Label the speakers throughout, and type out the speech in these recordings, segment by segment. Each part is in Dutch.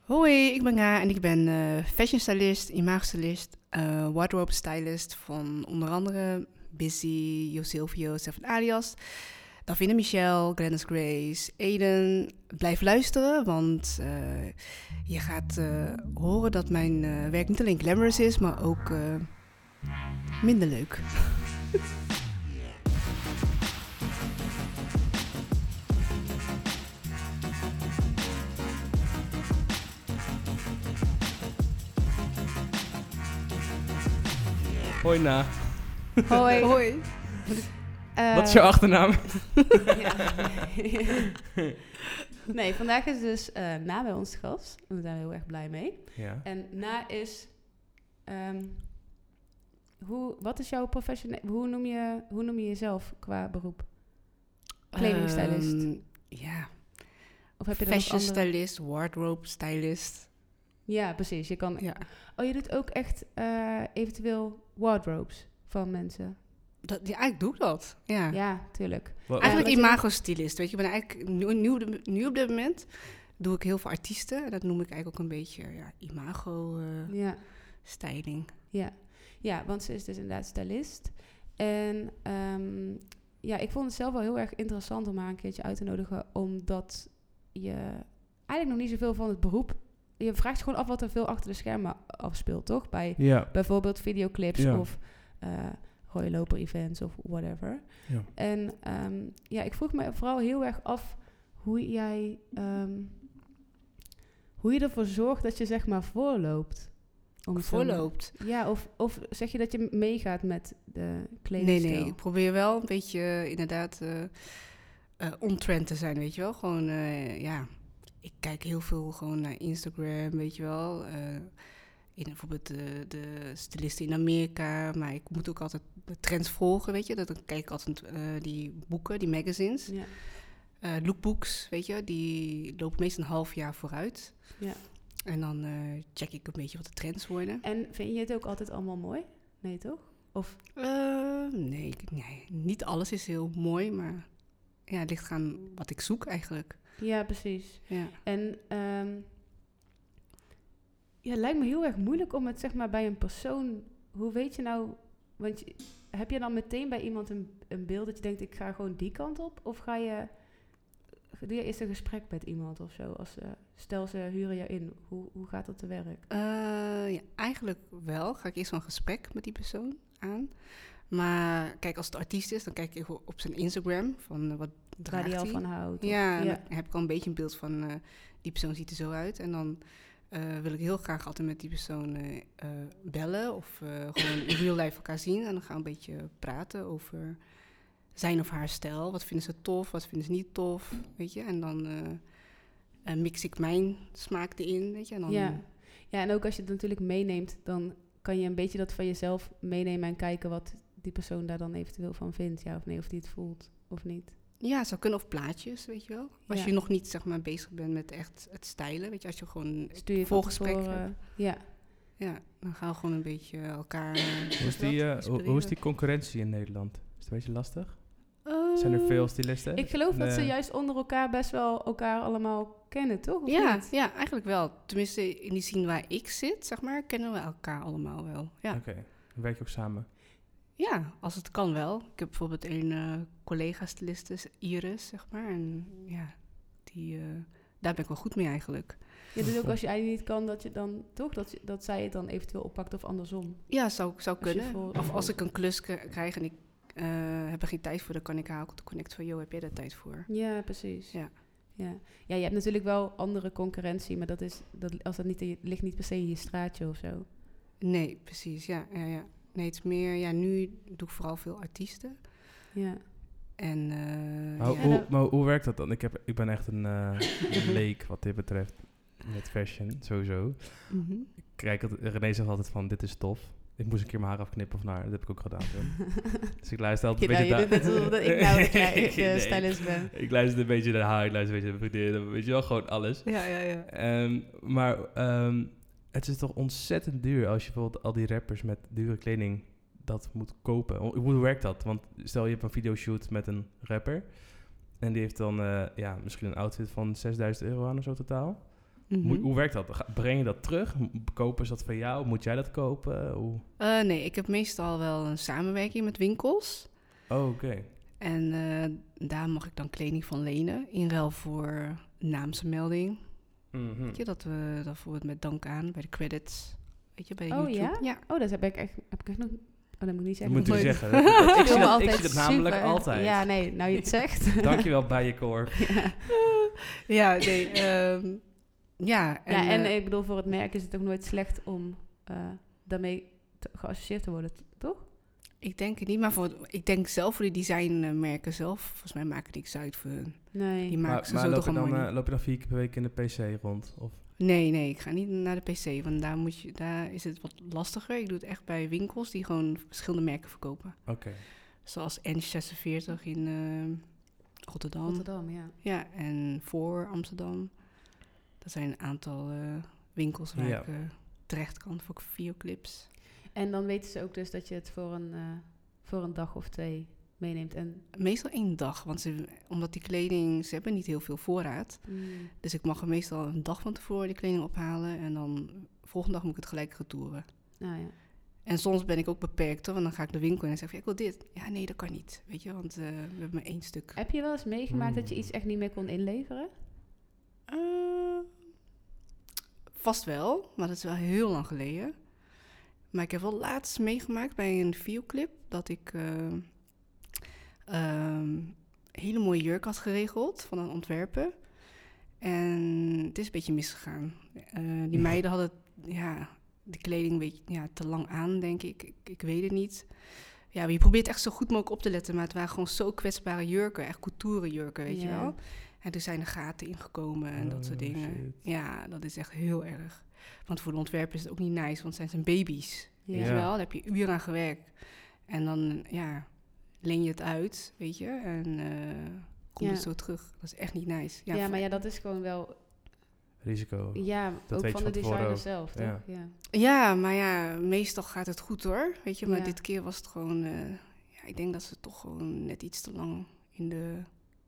Speaker 1: Hoi, ik ben Ga en ik ben eh fashion stylist, image stylist, eh, wardrobe stylist van onder andere Busy, Jo Silvio, Seven Alias, Davine Michel, Glennis Grace, Aiden. Blijf luisteren, want eh, je gaat eh, horen dat mijn eh, werk niet alleen glamorous is, maar ook eh, minder leuk.
Speaker 2: Hoi Na.
Speaker 3: Hoi. Eh,
Speaker 2: Wat is je achternaam?
Speaker 3: ja. nee, vandaag is dus eh, Na bij ons te gast. En daar zijn we heel erg blij mee.
Speaker 2: Ja.
Speaker 3: En Na is... ehm, hoe, wat is jouw professioneel... Hoe noem, je, hoe noem je jezelf qua beroep? Kledingstylist.
Speaker 1: Ehm, ja,
Speaker 3: Of heb je er nog
Speaker 1: fashion
Speaker 3: andere-
Speaker 1: stylist, wardrobe stylist.
Speaker 3: Ja, precies. Je kan...
Speaker 1: Ja.
Speaker 3: Oh, je doet ook echt eh, eventueel wardrobes van mensen.
Speaker 1: Dat, ja, eigenlijk doe ik dat. Ja.
Speaker 3: Ja, tuurlijk.
Speaker 2: Wa-
Speaker 1: Eigenlijk
Speaker 3: Ja, natuurlijk.
Speaker 1: imago-stylist. Weet je, ik ben eigenlijk nu, nu, nu op dit moment doe ik heel veel artiesten. En dat noem ik eigenlijk ook een beetje ja,
Speaker 3: Ja.
Speaker 1: imago-styling.
Speaker 3: Ja. ja, want ze is dus inderdaad stylist. En ehm, ja, ik vond het zelf wel heel erg interessant om haar een keertje uit te nodigen, omdat je eigenlijk nog niet zoveel van het beroep. Je vraagt je gewoon af wat er veel achter de schermen afspeelt, toch? Bij
Speaker 2: Ja.
Speaker 3: bijvoorbeeld videoclips
Speaker 2: Ja.
Speaker 3: of eh rode loper events of whatever.
Speaker 2: Ja.
Speaker 3: En ehm, ja, ik vroeg me vooral heel erg af hoe jij ehm, hoe je ervoor zorgt dat je zeg maar voorloopt. Om
Speaker 1: eh,
Speaker 3: het zo maar-
Speaker 1: Voorloopt.
Speaker 3: ja, of, of zeg je dat je meegaat met de
Speaker 1: Nee,
Speaker 3: kledingstijl?
Speaker 1: nee. Ik probeer wel een beetje eh, inderdaad eh eh, on-trend te zijn, weet je wel. Gewoon, eh, ja. Ik kijk heel veel gewoon naar Instagram, weet je wel. Eh, in bijvoorbeeld de, de stylisten in Amerika. Maar ik moet ook altijd de trends volgen, weet je. Dat, dan kijk ik altijd eh, die boeken, die magazines.
Speaker 3: Ja,
Speaker 1: eh lookbooks, weet je, die lopen meestal een half jaar vooruit.
Speaker 3: ja.
Speaker 1: En dan eh, check ik een beetje wat de trends worden.
Speaker 3: En vind je het ook altijd allemaal mooi? Nee, toch? Of,
Speaker 1: Eh, nee, ik- nee, niet alles is heel mooi, maar ja, het ligt aan wat ik zoek eigenlijk.
Speaker 3: ja, precies.
Speaker 1: Ja.
Speaker 3: En ehm, ja, het lijkt me heel erg moeilijk om het zeg maar bij een persoon... Hoe weet je nou... Want je- heb je dan meteen bij iemand een, een beeld dat je denkt, ik ga gewoon die kant op? Of ga je... Doe je eerst een gesprek met iemand of zo? Als, eh, stel, ze huren jou in. Hoe, hoe gaat dat te werk?
Speaker 1: Eh, ja, eigenlijk wel. Ga ik eerst wel een gesprek met die persoon aan. Maar kijk, als het artiest is, dan kijk ik op zijn Instagram van eh, wat
Speaker 3: Waar
Speaker 1: draagt
Speaker 3: die al
Speaker 1: hij.
Speaker 3: van houdt? of-
Speaker 1: Ja, en dan heb ik al een beetje een beeld van eh, die persoon ziet er zo uit. En dan eh, wil ik heel graag altijd met die persoon eh, eh, bellen of eh, gewoon in real life elkaar zien. En dan gaan we een beetje praten over zijn of haar stijl. Wat vinden ze tof, wat vinden ze niet tof, weet je. En dan eh, eh, mix ik mijn smaak erin, weet je. En dan,
Speaker 3: Ja. ja, en ook als je het natuurlijk meeneemt, dan kan je een beetje dat van jezelf meenemen en kijken wat die persoon daar dan eventueel van vindt. Ja of nee, of die het voelt of niet.
Speaker 1: Ja, zou kunnen. Of plaatjes, weet je wel. Als
Speaker 3: Ja.
Speaker 1: je nog niet, zeg maar, bezig bent met echt het stijlen, weet je. Als je gewoon...
Speaker 3: Stuur Dus je van
Speaker 1: Volgesprek
Speaker 3: tevoren- Ja,
Speaker 1: Ja, dan gaan we gewoon een beetje elkaar... eh,
Speaker 2: Hoe is,
Speaker 1: dat?
Speaker 2: die, eh, hoe- hoe, is
Speaker 1: Inspireren.
Speaker 2: die concurrentie in Nederland? Is het een beetje lastig? Zijn er veel stylisten?
Speaker 3: Oh. Ik geloof dat ze
Speaker 2: Nee.
Speaker 3: juist onder elkaar best wel elkaar allemaal kennen, toch? Of
Speaker 1: Ja,
Speaker 3: niet?
Speaker 1: ja, eigenlijk wel. Tenminste, in die zin waar ik zit, zeg maar, kennen we elkaar allemaal wel. Ja,
Speaker 2: Oké. Dan werk je ook samen.
Speaker 1: ja als het kan wel. Ik heb bijvoorbeeld een eh, collega-styliste, Iris, zeg maar. En ja, die, eh, daar ben ik wel goed mee eigenlijk.
Speaker 3: Ja, dus ook als jij niet kan, dat je dan toch, dat, je- dat zij het dan eventueel oppakt of andersom.
Speaker 1: Ja, zou, zou
Speaker 3: Als je
Speaker 1: kunnen.
Speaker 3: voor-
Speaker 1: Of als ik een klus k- krijg en ik eh, heb er geen tijd voor, dan kan ik haar ook connect van, joh, heb jij daar tijd voor?
Speaker 3: Ja, precies.
Speaker 1: Ja.
Speaker 3: Ja. ja, je hebt natuurlijk wel andere concurrentie, maar dat, is, dat, als dat niet, in je- ligt niet per se in je straatje of zo.
Speaker 1: Nee, precies, ja. ja, ja. Nee, het is meer, ja, nu doe ik vooral veel artiesten.
Speaker 3: Ja.
Speaker 1: En, eh,
Speaker 2: Maar,
Speaker 1: ja.
Speaker 2: hoe,
Speaker 3: nou-
Speaker 2: maar hoe werkt dat dan? Ik, heb, ik ben echt een eh, een leek wat dit betreft. Met fashion, sowieso.
Speaker 1: Mhm.
Speaker 2: Kijk, het- René zegt altijd van, dit is tof. Ik moest een keer mijn haar afknippen of naar. Dat heb ik ook gedaan. toen. Dus ik luister altijd
Speaker 3: Ja,
Speaker 2: een beetje...
Speaker 3: nou, je
Speaker 2: da-
Speaker 3: doet net alsof dat ik nou de klei-
Speaker 2: Nee.
Speaker 3: de stylist ben.
Speaker 2: Ik luister een beetje naar haar, ik luister een beetje naar mijn vriendin. Weet je wel, gewoon alles.
Speaker 1: ja, ja, ja.
Speaker 2: Ehm, maar ehm, het is toch ontzettend duur als je bijvoorbeeld al die rappers met dure kleding dat moet kopen. Hoe hoe werkt dat? Want stel je hebt een videoshoot met een rapper en die heeft dan eh, ja, misschien een outfit van 6000 euro aan of zo totaal.
Speaker 1: Mhm.
Speaker 2: Moet- hoe werkt dat? Ga- Breng je dat terug? M- Kopen ze dat van jou? Moet jij dat kopen? Hoe-
Speaker 1: Eh, nee, ik heb meestal wel een samenwerking met winkels.
Speaker 2: Oh, oké.
Speaker 1: En eh, daar mag ik dan kleding van lenen. In ruil voor naamsmelding.
Speaker 2: Mhm.
Speaker 1: Weet je, dat we dat bijvoorbeeld met dank aan bij de credits. Weet je, bij
Speaker 3: Oh,
Speaker 1: YouTube.
Speaker 3: ja?
Speaker 1: ja.
Speaker 3: Oh, dat heb ik echt, heb ik echt nog... Oh, dat moet ik niet
Speaker 2: Dat
Speaker 3: zeggen.
Speaker 2: moet je
Speaker 1: nooit.
Speaker 2: zeggen. Dat- dat- ik,
Speaker 3: voel
Speaker 2: zie
Speaker 3: me
Speaker 2: dat, ik zie
Speaker 3: altijd
Speaker 2: dat namelijk
Speaker 3: super-
Speaker 2: altijd.
Speaker 3: Ja, nee, nou je het zegt.
Speaker 2: Dankjewel, Bijenkorf.
Speaker 1: Ja, nee. ehm, ja, en,
Speaker 3: ja, en
Speaker 1: eh,
Speaker 3: ik bedoel, voor het merk is het ook nooit slecht om eh, daarmee te- geassocieerd te worden, t- toch?
Speaker 1: ik denk het niet, maar voor, ik denk zelf voor de designmerken zelf. Volgens mij maken die niks uit voor hun. Die
Speaker 3: Nee.
Speaker 1: maken
Speaker 2: Maar,
Speaker 1: ze
Speaker 2: maar
Speaker 1: zo
Speaker 2: loop,
Speaker 1: toch
Speaker 2: je dan,
Speaker 1: allemaal
Speaker 2: eh,
Speaker 1: niet.
Speaker 2: loop je dan vier keer per week in de PC rond? Of?
Speaker 1: Nee, nee, ik ga niet naar de PC, want daar, moet je, daar is het wat lastiger. Ik doe het echt bij winkels die gewoon verschillende merken verkopen.
Speaker 2: Oké.
Speaker 1: Zoals N46 in eh, Rotterdam.
Speaker 3: Rotterdam, ja.
Speaker 1: Ja, en voor Amsterdam. Dat zijn een aantal eh, winkels waar
Speaker 2: Ja.
Speaker 1: ik eh, terecht kan voor videoclips.
Speaker 3: En dan weten ze ook dus dat je het voor een, eh, voor een dag of twee meeneemt. En,
Speaker 1: Meestal één dag, want ze, omdat die kleding, ze hebben niet heel veel voorraad.
Speaker 3: mm,
Speaker 1: Dus ik mag er meestal een dag van tevoren die kleding ophalen en dan volgende dag moet ik het gelijk retouren.
Speaker 3: nou ja.
Speaker 1: En soms ben ik ook beperkt hoor, want dan ga ik de winkel in en zeg van, ja, ik wil dit. Ja, nee, dat kan niet, weet je, want eh, we hebben maar één stuk.
Speaker 3: Heb je wel eens meegemaakt dat je
Speaker 2: Mm.
Speaker 3: iets echt niet meer kon inleveren?
Speaker 1: Eh, vast wel, maar dat is wel heel lang geleden. Maar ik heb wel laatst meegemaakt bij een videoclip dat ik eh, ehm, een hele mooie jurk had geregeld van een ontwerper. En het is een beetje misgegaan. Eh, die meiden hadden ja, de kleding een beetje ja, te lang aan, denk ik. ik. Ik weet het niet. Ja, maar je probeert echt zo goed mogelijk op te letten, maar het waren gewoon zo kwetsbare jurken, echt couture jurken, weet je
Speaker 3: Ja.
Speaker 1: wel. En toen zijn er gaten ingekomen en dat soort
Speaker 2: Oh,
Speaker 1: dingen.
Speaker 2: shit.
Speaker 1: Ja, dat is echt heel erg. Want voor de ontwerper is het ook niet nice, want het zijn zijn baby's. Weet je
Speaker 2: Ja.
Speaker 1: wel, daar heb je uren aan gewerkt. En dan, ja, leen je het uit, weet je. En eh, komt
Speaker 3: Ja.
Speaker 1: het zo terug. Dat is echt niet nice.
Speaker 3: Ja, maar ja, dat is gewoon wel...
Speaker 2: Risico.
Speaker 3: Ja,
Speaker 2: weet
Speaker 3: ook
Speaker 2: je
Speaker 3: van de
Speaker 2: van tevoren
Speaker 3: designer
Speaker 2: ook.
Speaker 3: zelf, toch?
Speaker 2: Ja.
Speaker 3: Ja.
Speaker 1: ja, maar ja, meestal gaat het goed hoor. Weet je, maar
Speaker 3: Ja.
Speaker 1: dit keer was het gewoon... eh, ja, ik denk dat ze toch gewoon net iets te lang in de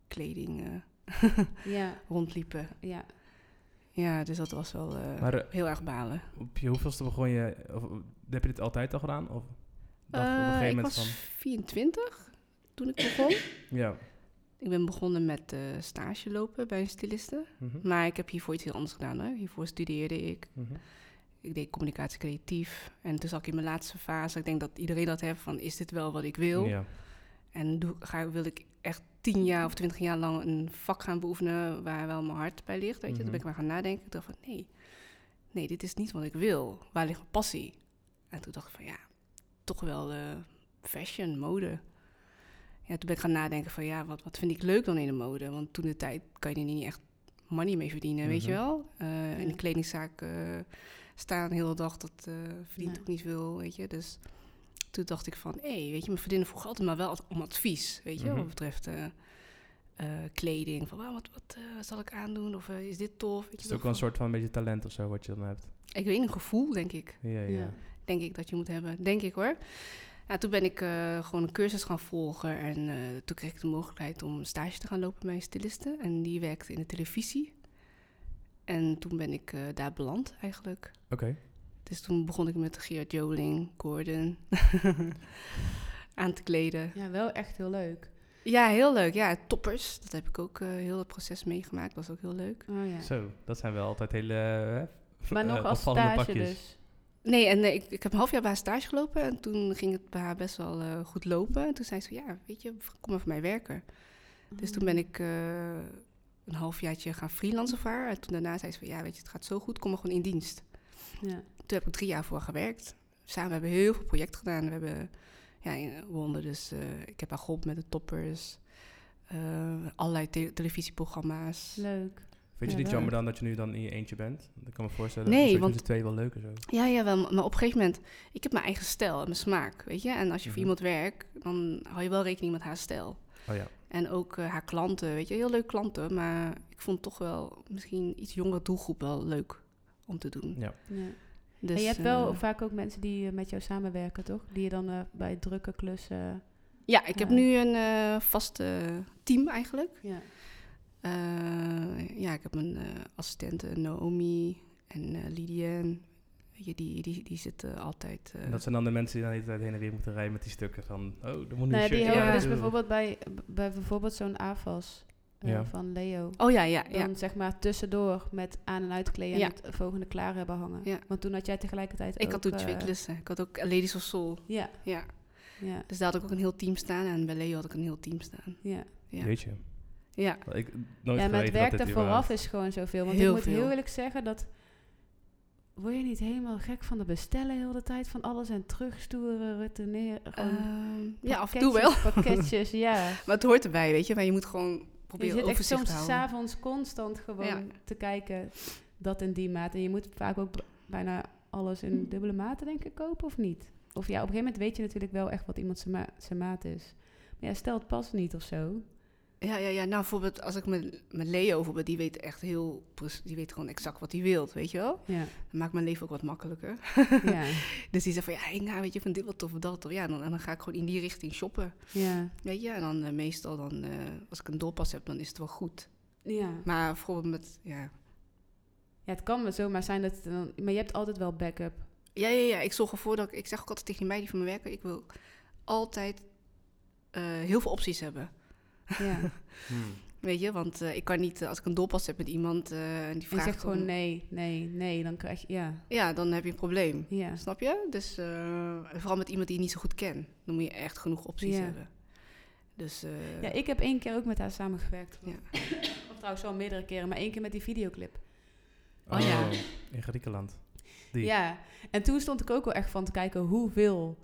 Speaker 1: kleding eh,
Speaker 3: ja,
Speaker 1: rondliepen.
Speaker 3: ja. Ja,
Speaker 1: Ja, dus dat was wel eh,
Speaker 2: Maar eh,
Speaker 1: heel erg balen.
Speaker 2: op je hoeveelste begon je... Of, of- heb je dit altijd al gedaan? Of dacht je op een
Speaker 1: Eh,
Speaker 2: gegeven
Speaker 1: ik
Speaker 2: moment
Speaker 1: was 24 toen ik begon.
Speaker 2: van... Ja.
Speaker 1: ik ben begonnen met eh, stage lopen bij een styliste.
Speaker 2: Mhm.
Speaker 3: Mm-hmm.
Speaker 1: Maar ik heb hiervoor iets heel anders gedaan. Hè. Hiervoor studeerde ik.
Speaker 2: Mhm.
Speaker 1: Ik deed communicatie creatief. En toen zat ik in mijn laatste fase. Ik denk dat iedereen dat heeft van is dit wel wat ik wil?
Speaker 2: Ja.
Speaker 1: En doe, ga, wil ik echt tien jaar of twintig jaar lang een vak gaan beoefenen waar wel mijn hart bij ligt. Weet je? Toen ben
Speaker 2: Mhm.
Speaker 1: ik maar gaan nadenken. Ik dacht van nee, nee, dit is niet wat ik wil. Waar ligt mijn passie? En toen dacht ik van ja, toch wel eh, fashion, mode. Ja, toen ben ik gaan nadenken van ja, wat, wat vind ik leuk dan in de mode? Want toen de tijd kan je er niet echt money mee verdienen, weet je
Speaker 2: Mhm.
Speaker 1: wel? Eh, In
Speaker 3: Ja.
Speaker 1: de kledingzaak eh, staan de hele dag, dat eh, verdient
Speaker 3: Nee.
Speaker 1: ook niet veel, weet je? Dus toen dacht ik van, hé, weet je, mijn vriendinnen vroegen altijd maar wel ad- om advies, weet je,
Speaker 2: Mhm.
Speaker 1: wat betreft eh, eh, kleding. Van, "Wauw, wat, wat eh, zal ik aandoen? Of eh, is dit tof? Weet
Speaker 2: Is
Speaker 1: je,
Speaker 2: het
Speaker 1: wel,
Speaker 2: ook wel een
Speaker 1: van-
Speaker 2: soort van een beetje talent of zo wat je dan hebt?
Speaker 1: Ik weet een gevoel, denk ik.
Speaker 2: Ja, ja.
Speaker 3: Ja.
Speaker 1: Denk ik dat je moet hebben, denk ik hoor. Ja, toen ben ik eh, gewoon een cursus gaan volgen en eh, toen kreeg ik de mogelijkheid om een stage te gaan lopen bij een styliste. En die werkte in de televisie. En toen ben ik eh, daar beland eigenlijk.
Speaker 2: Oké.
Speaker 1: Dus toen begon ik met Geert Joling, Gordon aan te kleden.
Speaker 3: Ja, wel echt heel leuk.
Speaker 1: Ja, heel leuk. Ja, toppers. Dat heb ik ook eh, heel het proces meegemaakt. Dat was ook heel leuk.
Speaker 3: Oh, ja.
Speaker 2: Zo, dat zijn wel altijd hele eh,
Speaker 3: Maar
Speaker 2: eh,
Speaker 3: nog als
Speaker 2: opvallende
Speaker 3: stage
Speaker 2: pakjes.
Speaker 3: dus.
Speaker 1: Nee, en eh, ik, ik heb een half jaar bij haar stage gelopen. En toen ging het bij haar best wel eh, goed lopen. En toen zei ze, ja, weet je, kom maar voor mij werken. Dus toen ben ik eh, een halfjaartje gaan freelancen voor haar. En toen daarna zei ze van, ja, weet je, het gaat zo goed. Kom maar gewoon in dienst.
Speaker 3: Ja.
Speaker 1: Toen heb ik drie jaar voor haar gewerkt. Samen hebben we heel veel projecten gedaan. We hebben ja, in Wonder, dus eh, ik heb haar geholpen met de toppers. eh, allerlei te- televisieprogramma's.
Speaker 3: Leuk.
Speaker 2: Vind je
Speaker 3: Ja,
Speaker 2: niet
Speaker 3: leuk.
Speaker 2: jammer dan dat je nu dan in je eentje bent? Dat kan me voorstellen.
Speaker 1: Nee,
Speaker 2: Misschien
Speaker 1: want-
Speaker 2: met z'n twee wel leuker zo.
Speaker 1: Ja, ja, wel, maar op een gegeven moment, ik heb mijn eigen stijl en mijn smaak, weet je. En als je voor
Speaker 2: Mhm.
Speaker 1: iemand werkt, dan hou je wel rekening met haar stijl.
Speaker 2: Oh ja.
Speaker 1: En ook eh, haar klanten, weet je, heel leuk klanten, maar ik vond toch wel misschien iets jongere doelgroep wel leuk om te doen.
Speaker 2: ja.
Speaker 3: Ja.
Speaker 1: Dus,
Speaker 3: en je hebt wel
Speaker 1: eh,
Speaker 3: vaak ook mensen die eh, met jou samenwerken, toch? Die je dan eh, bij drukke klussen...
Speaker 1: ja, ik heb
Speaker 3: ja.
Speaker 1: nu een eh vast eh, team eigenlijk.
Speaker 3: Ja.
Speaker 1: Eh, Eh, ja, ik heb mijn eh, assistenten Naomi en eh Lydian. Weet je, die, die, die zitten altijd... eh,
Speaker 2: En dat zijn dan de mensen die dan de hele tijd heen en weer moeten rijden met die stukken van... Oh, er moet nu een
Speaker 3: Nou, ja,
Speaker 2: shirtje
Speaker 3: die
Speaker 1: ja.
Speaker 3: helpen
Speaker 2: aan.
Speaker 3: dus
Speaker 2: Oeh.
Speaker 3: bijvoorbeeld bij, bij bijvoorbeeld zo'n AFAS eh,
Speaker 2: Ja.
Speaker 3: van Leo.
Speaker 1: Oh ja, ja,
Speaker 3: Dan
Speaker 1: ja.
Speaker 3: zeg maar tussendoor met aan- en uitkleden
Speaker 1: Ja.
Speaker 3: en het volgende klaar hebben hangen.
Speaker 1: Ja.
Speaker 3: Want toen had jij tegelijkertijd
Speaker 1: Ik
Speaker 3: ook,
Speaker 1: had toen twee
Speaker 3: eh,
Speaker 1: klussen. Ik had ook Ladies of Soul.
Speaker 3: Ja,
Speaker 1: Ja.
Speaker 3: ja,
Speaker 1: Dus daar had ik ook een heel team staan. En bij Leo had ik een heel team staan.
Speaker 3: ja.
Speaker 1: Ja.
Speaker 2: Weet je.
Speaker 1: Ja.
Speaker 2: Ik, nooit
Speaker 3: ja, maar het
Speaker 2: geweten dat
Speaker 3: werk
Speaker 2: dit
Speaker 3: er
Speaker 2: überhaupt-
Speaker 3: vooraf is gewoon zoveel. Want
Speaker 1: Heel
Speaker 3: ik moet
Speaker 1: veel.
Speaker 3: heel eerlijk zeggen dat... Word je niet helemaal gek van de bestellen heel de tijd? Van alles en terugsturen, retourneren. gewoon
Speaker 1: Ehm, ja, af en toe wel.
Speaker 3: Pakketjes, ja.
Speaker 1: Maar het hoort erbij, weet je. Maar je moet gewoon
Speaker 3: Je
Speaker 1: proberen
Speaker 3: zit echt
Speaker 1: overzicht te
Speaker 3: soms
Speaker 1: houden.
Speaker 3: s'avonds constant gewoon
Speaker 1: Ja.
Speaker 3: te kijken dat in die maat. En je moet vaak ook b- bijna alles in dubbele maten, denk ik, kopen of niet? Of ja, op een gegeven moment weet je natuurlijk wel echt wat iemand zijn ma- zijn maat is. Maar ja, stel het past niet of zo.
Speaker 1: Ja, ja, ja. Nou, bijvoorbeeld als ik met, met Leo, bijvoorbeeld, die weet echt heel... prec- Die weet gewoon exact wat hij wil, weet je wel.
Speaker 3: Ja,
Speaker 1: Dat maakt mijn leven ook wat makkelijker.
Speaker 3: ja,
Speaker 1: Dus die zegt van, ja, ik nou, weet je, van dit wat tof of dat. Of, ja, dan, en dan ga ik gewoon in die richting shoppen.
Speaker 3: ja,
Speaker 1: Weet je, en dan eh, meestal, dan, eh, als ik een doorpas heb, dan is het wel goed.
Speaker 3: ja.
Speaker 1: Maar bijvoorbeeld met, ja...
Speaker 3: Ja, het kan wel zomaar zijn dat... het dan, maar je hebt altijd wel backup.
Speaker 1: Ja, ja, ja. Ik zorg ervoor dat ik... Ik zeg ook altijd tegen die meiden van mijn werken... Ik wil altijd eh, heel veel opties hebben.
Speaker 3: Ja.
Speaker 2: Hmm.
Speaker 1: Weet je, want eh, ik kan niet... eh, als ik een doorpas heb met iemand eh, en die
Speaker 3: En je
Speaker 1: vraagt...
Speaker 3: zegt gewoon
Speaker 1: om-
Speaker 3: nee, nee, nee. Dan krijg je... Ja,
Speaker 1: Ja, dan heb je een probleem.
Speaker 3: ja.
Speaker 1: Snap je? Dus eh, en vooral met iemand die je niet zo goed kent. Dan moet je echt genoeg opties
Speaker 3: Ja.
Speaker 1: hebben. Dus... eh,
Speaker 3: Ja, ik heb één keer ook met haar samengewerkt.
Speaker 1: Ja.
Speaker 3: Of trouwens wel meerdere keren, maar één keer met die videoclip.
Speaker 1: Oh ja.
Speaker 2: In Griekenland. Die.
Speaker 3: Ja, en toen stond ik ook wel echt van te kijken hoeveel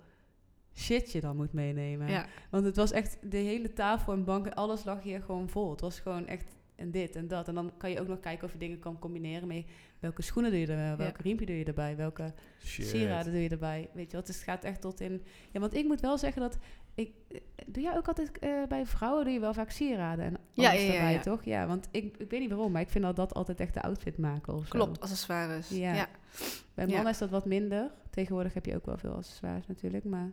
Speaker 3: shit je dan moet meenemen.
Speaker 1: ja.
Speaker 3: Want het was echt de hele tafel en banken, alles lag hier gewoon vol. Het was gewoon echt en dit en dat. En dan kan je ook nog kijken of je dingen kan combineren met welke schoenen doe je erbij, welke riempje doe je erbij, welke
Speaker 2: Shit.
Speaker 3: sieraden doe je erbij. Weet je wat, dus het gaat echt tot in... Ja, want ik moet wel zeggen dat... Ik, eh, doe jij ook altijd eh, bij vrouwen doe je wel vaak sieraden en
Speaker 1: Ja,
Speaker 3: alles
Speaker 1: ja, ja,
Speaker 3: erbij,
Speaker 1: ja.
Speaker 3: toch? Ja, want ik, ik weet niet waarom, maar ik vind dat dat altijd echt de outfit maken of zo.
Speaker 1: Klopt, accessoires.
Speaker 3: Ja.
Speaker 1: Ja. Ja.
Speaker 3: Bij
Speaker 1: Ja.
Speaker 3: mannen is dat wat minder. Tegenwoordig heb je ook wel veel accessoires natuurlijk, maar...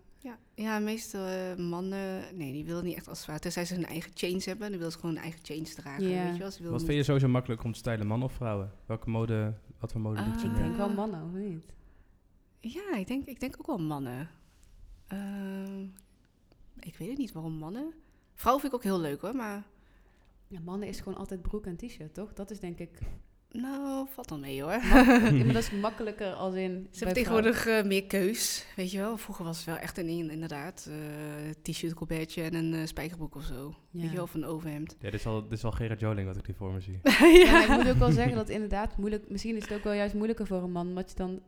Speaker 1: Ja, meestal eh, mannen... Nee, die willen niet echt accessoires. Tenzij ze hun eigen chains hebben. Dan willen ze gewoon hun eigen chains dragen.
Speaker 3: Ja.
Speaker 1: Weet je wel? Ze willen
Speaker 2: Wat
Speaker 1: niet-
Speaker 2: vind je sowieso makkelijk om te stylen, man of vrouwen? Welke mode, wat voor mode ligt je
Speaker 1: Ah.
Speaker 3: Ik
Speaker 2: meer?
Speaker 3: denk wel mannen, of niet?
Speaker 1: Ja, ik denk, ik denk ook wel mannen. Ehm, ik weet het niet waarom mannen. Vrouwen vind ik ook heel leuk hoor, maar
Speaker 3: Ja, mannen is gewoon altijd broek en t-shirt, toch? Dat is denk ik...
Speaker 1: nou, valt dan mee hoor.
Speaker 3: Ja, maar dat is makkelijker als in...
Speaker 1: Ze hebben tegenwoordig eh, meer keus, weet je wel. Vroeger was het wel echt een in- inderdaad eh, t-shirt, colbertje en een eh, spijkerbroek of zo. Weet je wel,
Speaker 3: Ja.
Speaker 1: of een overhemd.
Speaker 2: Ja, dit is, al, dit is al Gerard Joling wat ik hier voor me zie.
Speaker 3: Ja, maar ik moet ook wel zeggen dat inderdaad moeilijk... Misschien is het ook wel juist moeilijker voor een man, omdat je dan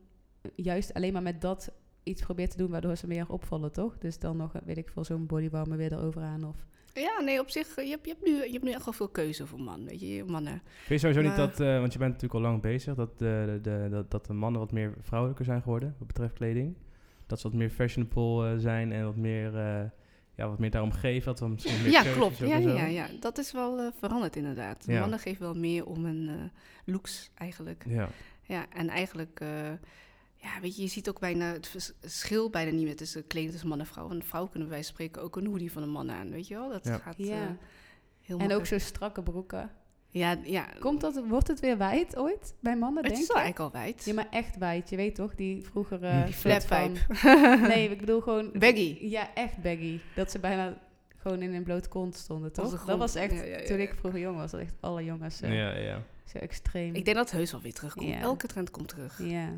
Speaker 3: juist alleen maar met dat iets probeert te doen, waardoor ze meer opvallen, toch? Dus dan nog, eh, weet ik veel, zo'n bodywarmer weer erover aan of...
Speaker 1: Ja, nee, op zich, eh, je hebt, je hebt, nu, je hebt nu echt wel veel keuze voor man, weet je, mannen.
Speaker 2: Vind je sowieso niet
Speaker 1: Maar-
Speaker 2: dat, eh, want je bent natuurlijk al lang bezig, dat de, de, de- dat, dat de mannen wat meer vrouwelijker zijn geworden wat betreft kleding? Dat ze wat meer fashionable eh, zijn en wat meer, eh, ja, wat meer daarom geven, dat dan misschien meer
Speaker 1: ja,
Speaker 2: keuzes
Speaker 1: klopt.
Speaker 2: ook
Speaker 1: Ja,
Speaker 2: en zo.
Speaker 1: ja, ja, dat is wel eh, veranderd inderdaad.
Speaker 2: Ja.
Speaker 1: Mannen geven wel meer om hun eh, looks eigenlijk.
Speaker 2: Ja.
Speaker 1: Ja, en eigenlijk, eh, ja, weet je, je ziet ook bijna het vers- verschil bijna niet meer tussen kleding tussen man en vrouw. Want vrouwen kunnen wij spreken ook een hoodie van een man aan, weet je wel? Dat
Speaker 2: Ja.
Speaker 1: gaat eh,
Speaker 3: Ja.
Speaker 1: heel
Speaker 3: en ook
Speaker 1: makkelijk.
Speaker 3: zo strakke broeken.
Speaker 1: Ja, ja.
Speaker 3: Komt dat, wordt het weer wijd ooit bij mannen,
Speaker 1: het
Speaker 3: denk
Speaker 1: is
Speaker 3: je?
Speaker 1: wel eigenlijk al wijd.
Speaker 3: Ja, maar echt wijd. Je weet toch, die vroeger... eh,
Speaker 1: Die
Speaker 3: soort
Speaker 1: flappipe.
Speaker 3: van- Nee, ik bedoel gewoon...
Speaker 1: Baggy.
Speaker 3: Ja, echt baggy. Dat ze bijna gewoon in een bloot kont stonden,
Speaker 1: de
Speaker 3: toch? Dat
Speaker 1: grond.
Speaker 3: was echt...
Speaker 1: Ja, ja, ja,
Speaker 3: Toen
Speaker 1: ja.
Speaker 3: ik vroeger jong was, dat echt alle jongens eh,
Speaker 2: Ja, ja.
Speaker 3: zo extreem.
Speaker 1: Ik denk dat het heus wel weer terugkomt.
Speaker 3: Ja.
Speaker 1: Elke trend komt terug.
Speaker 3: ja.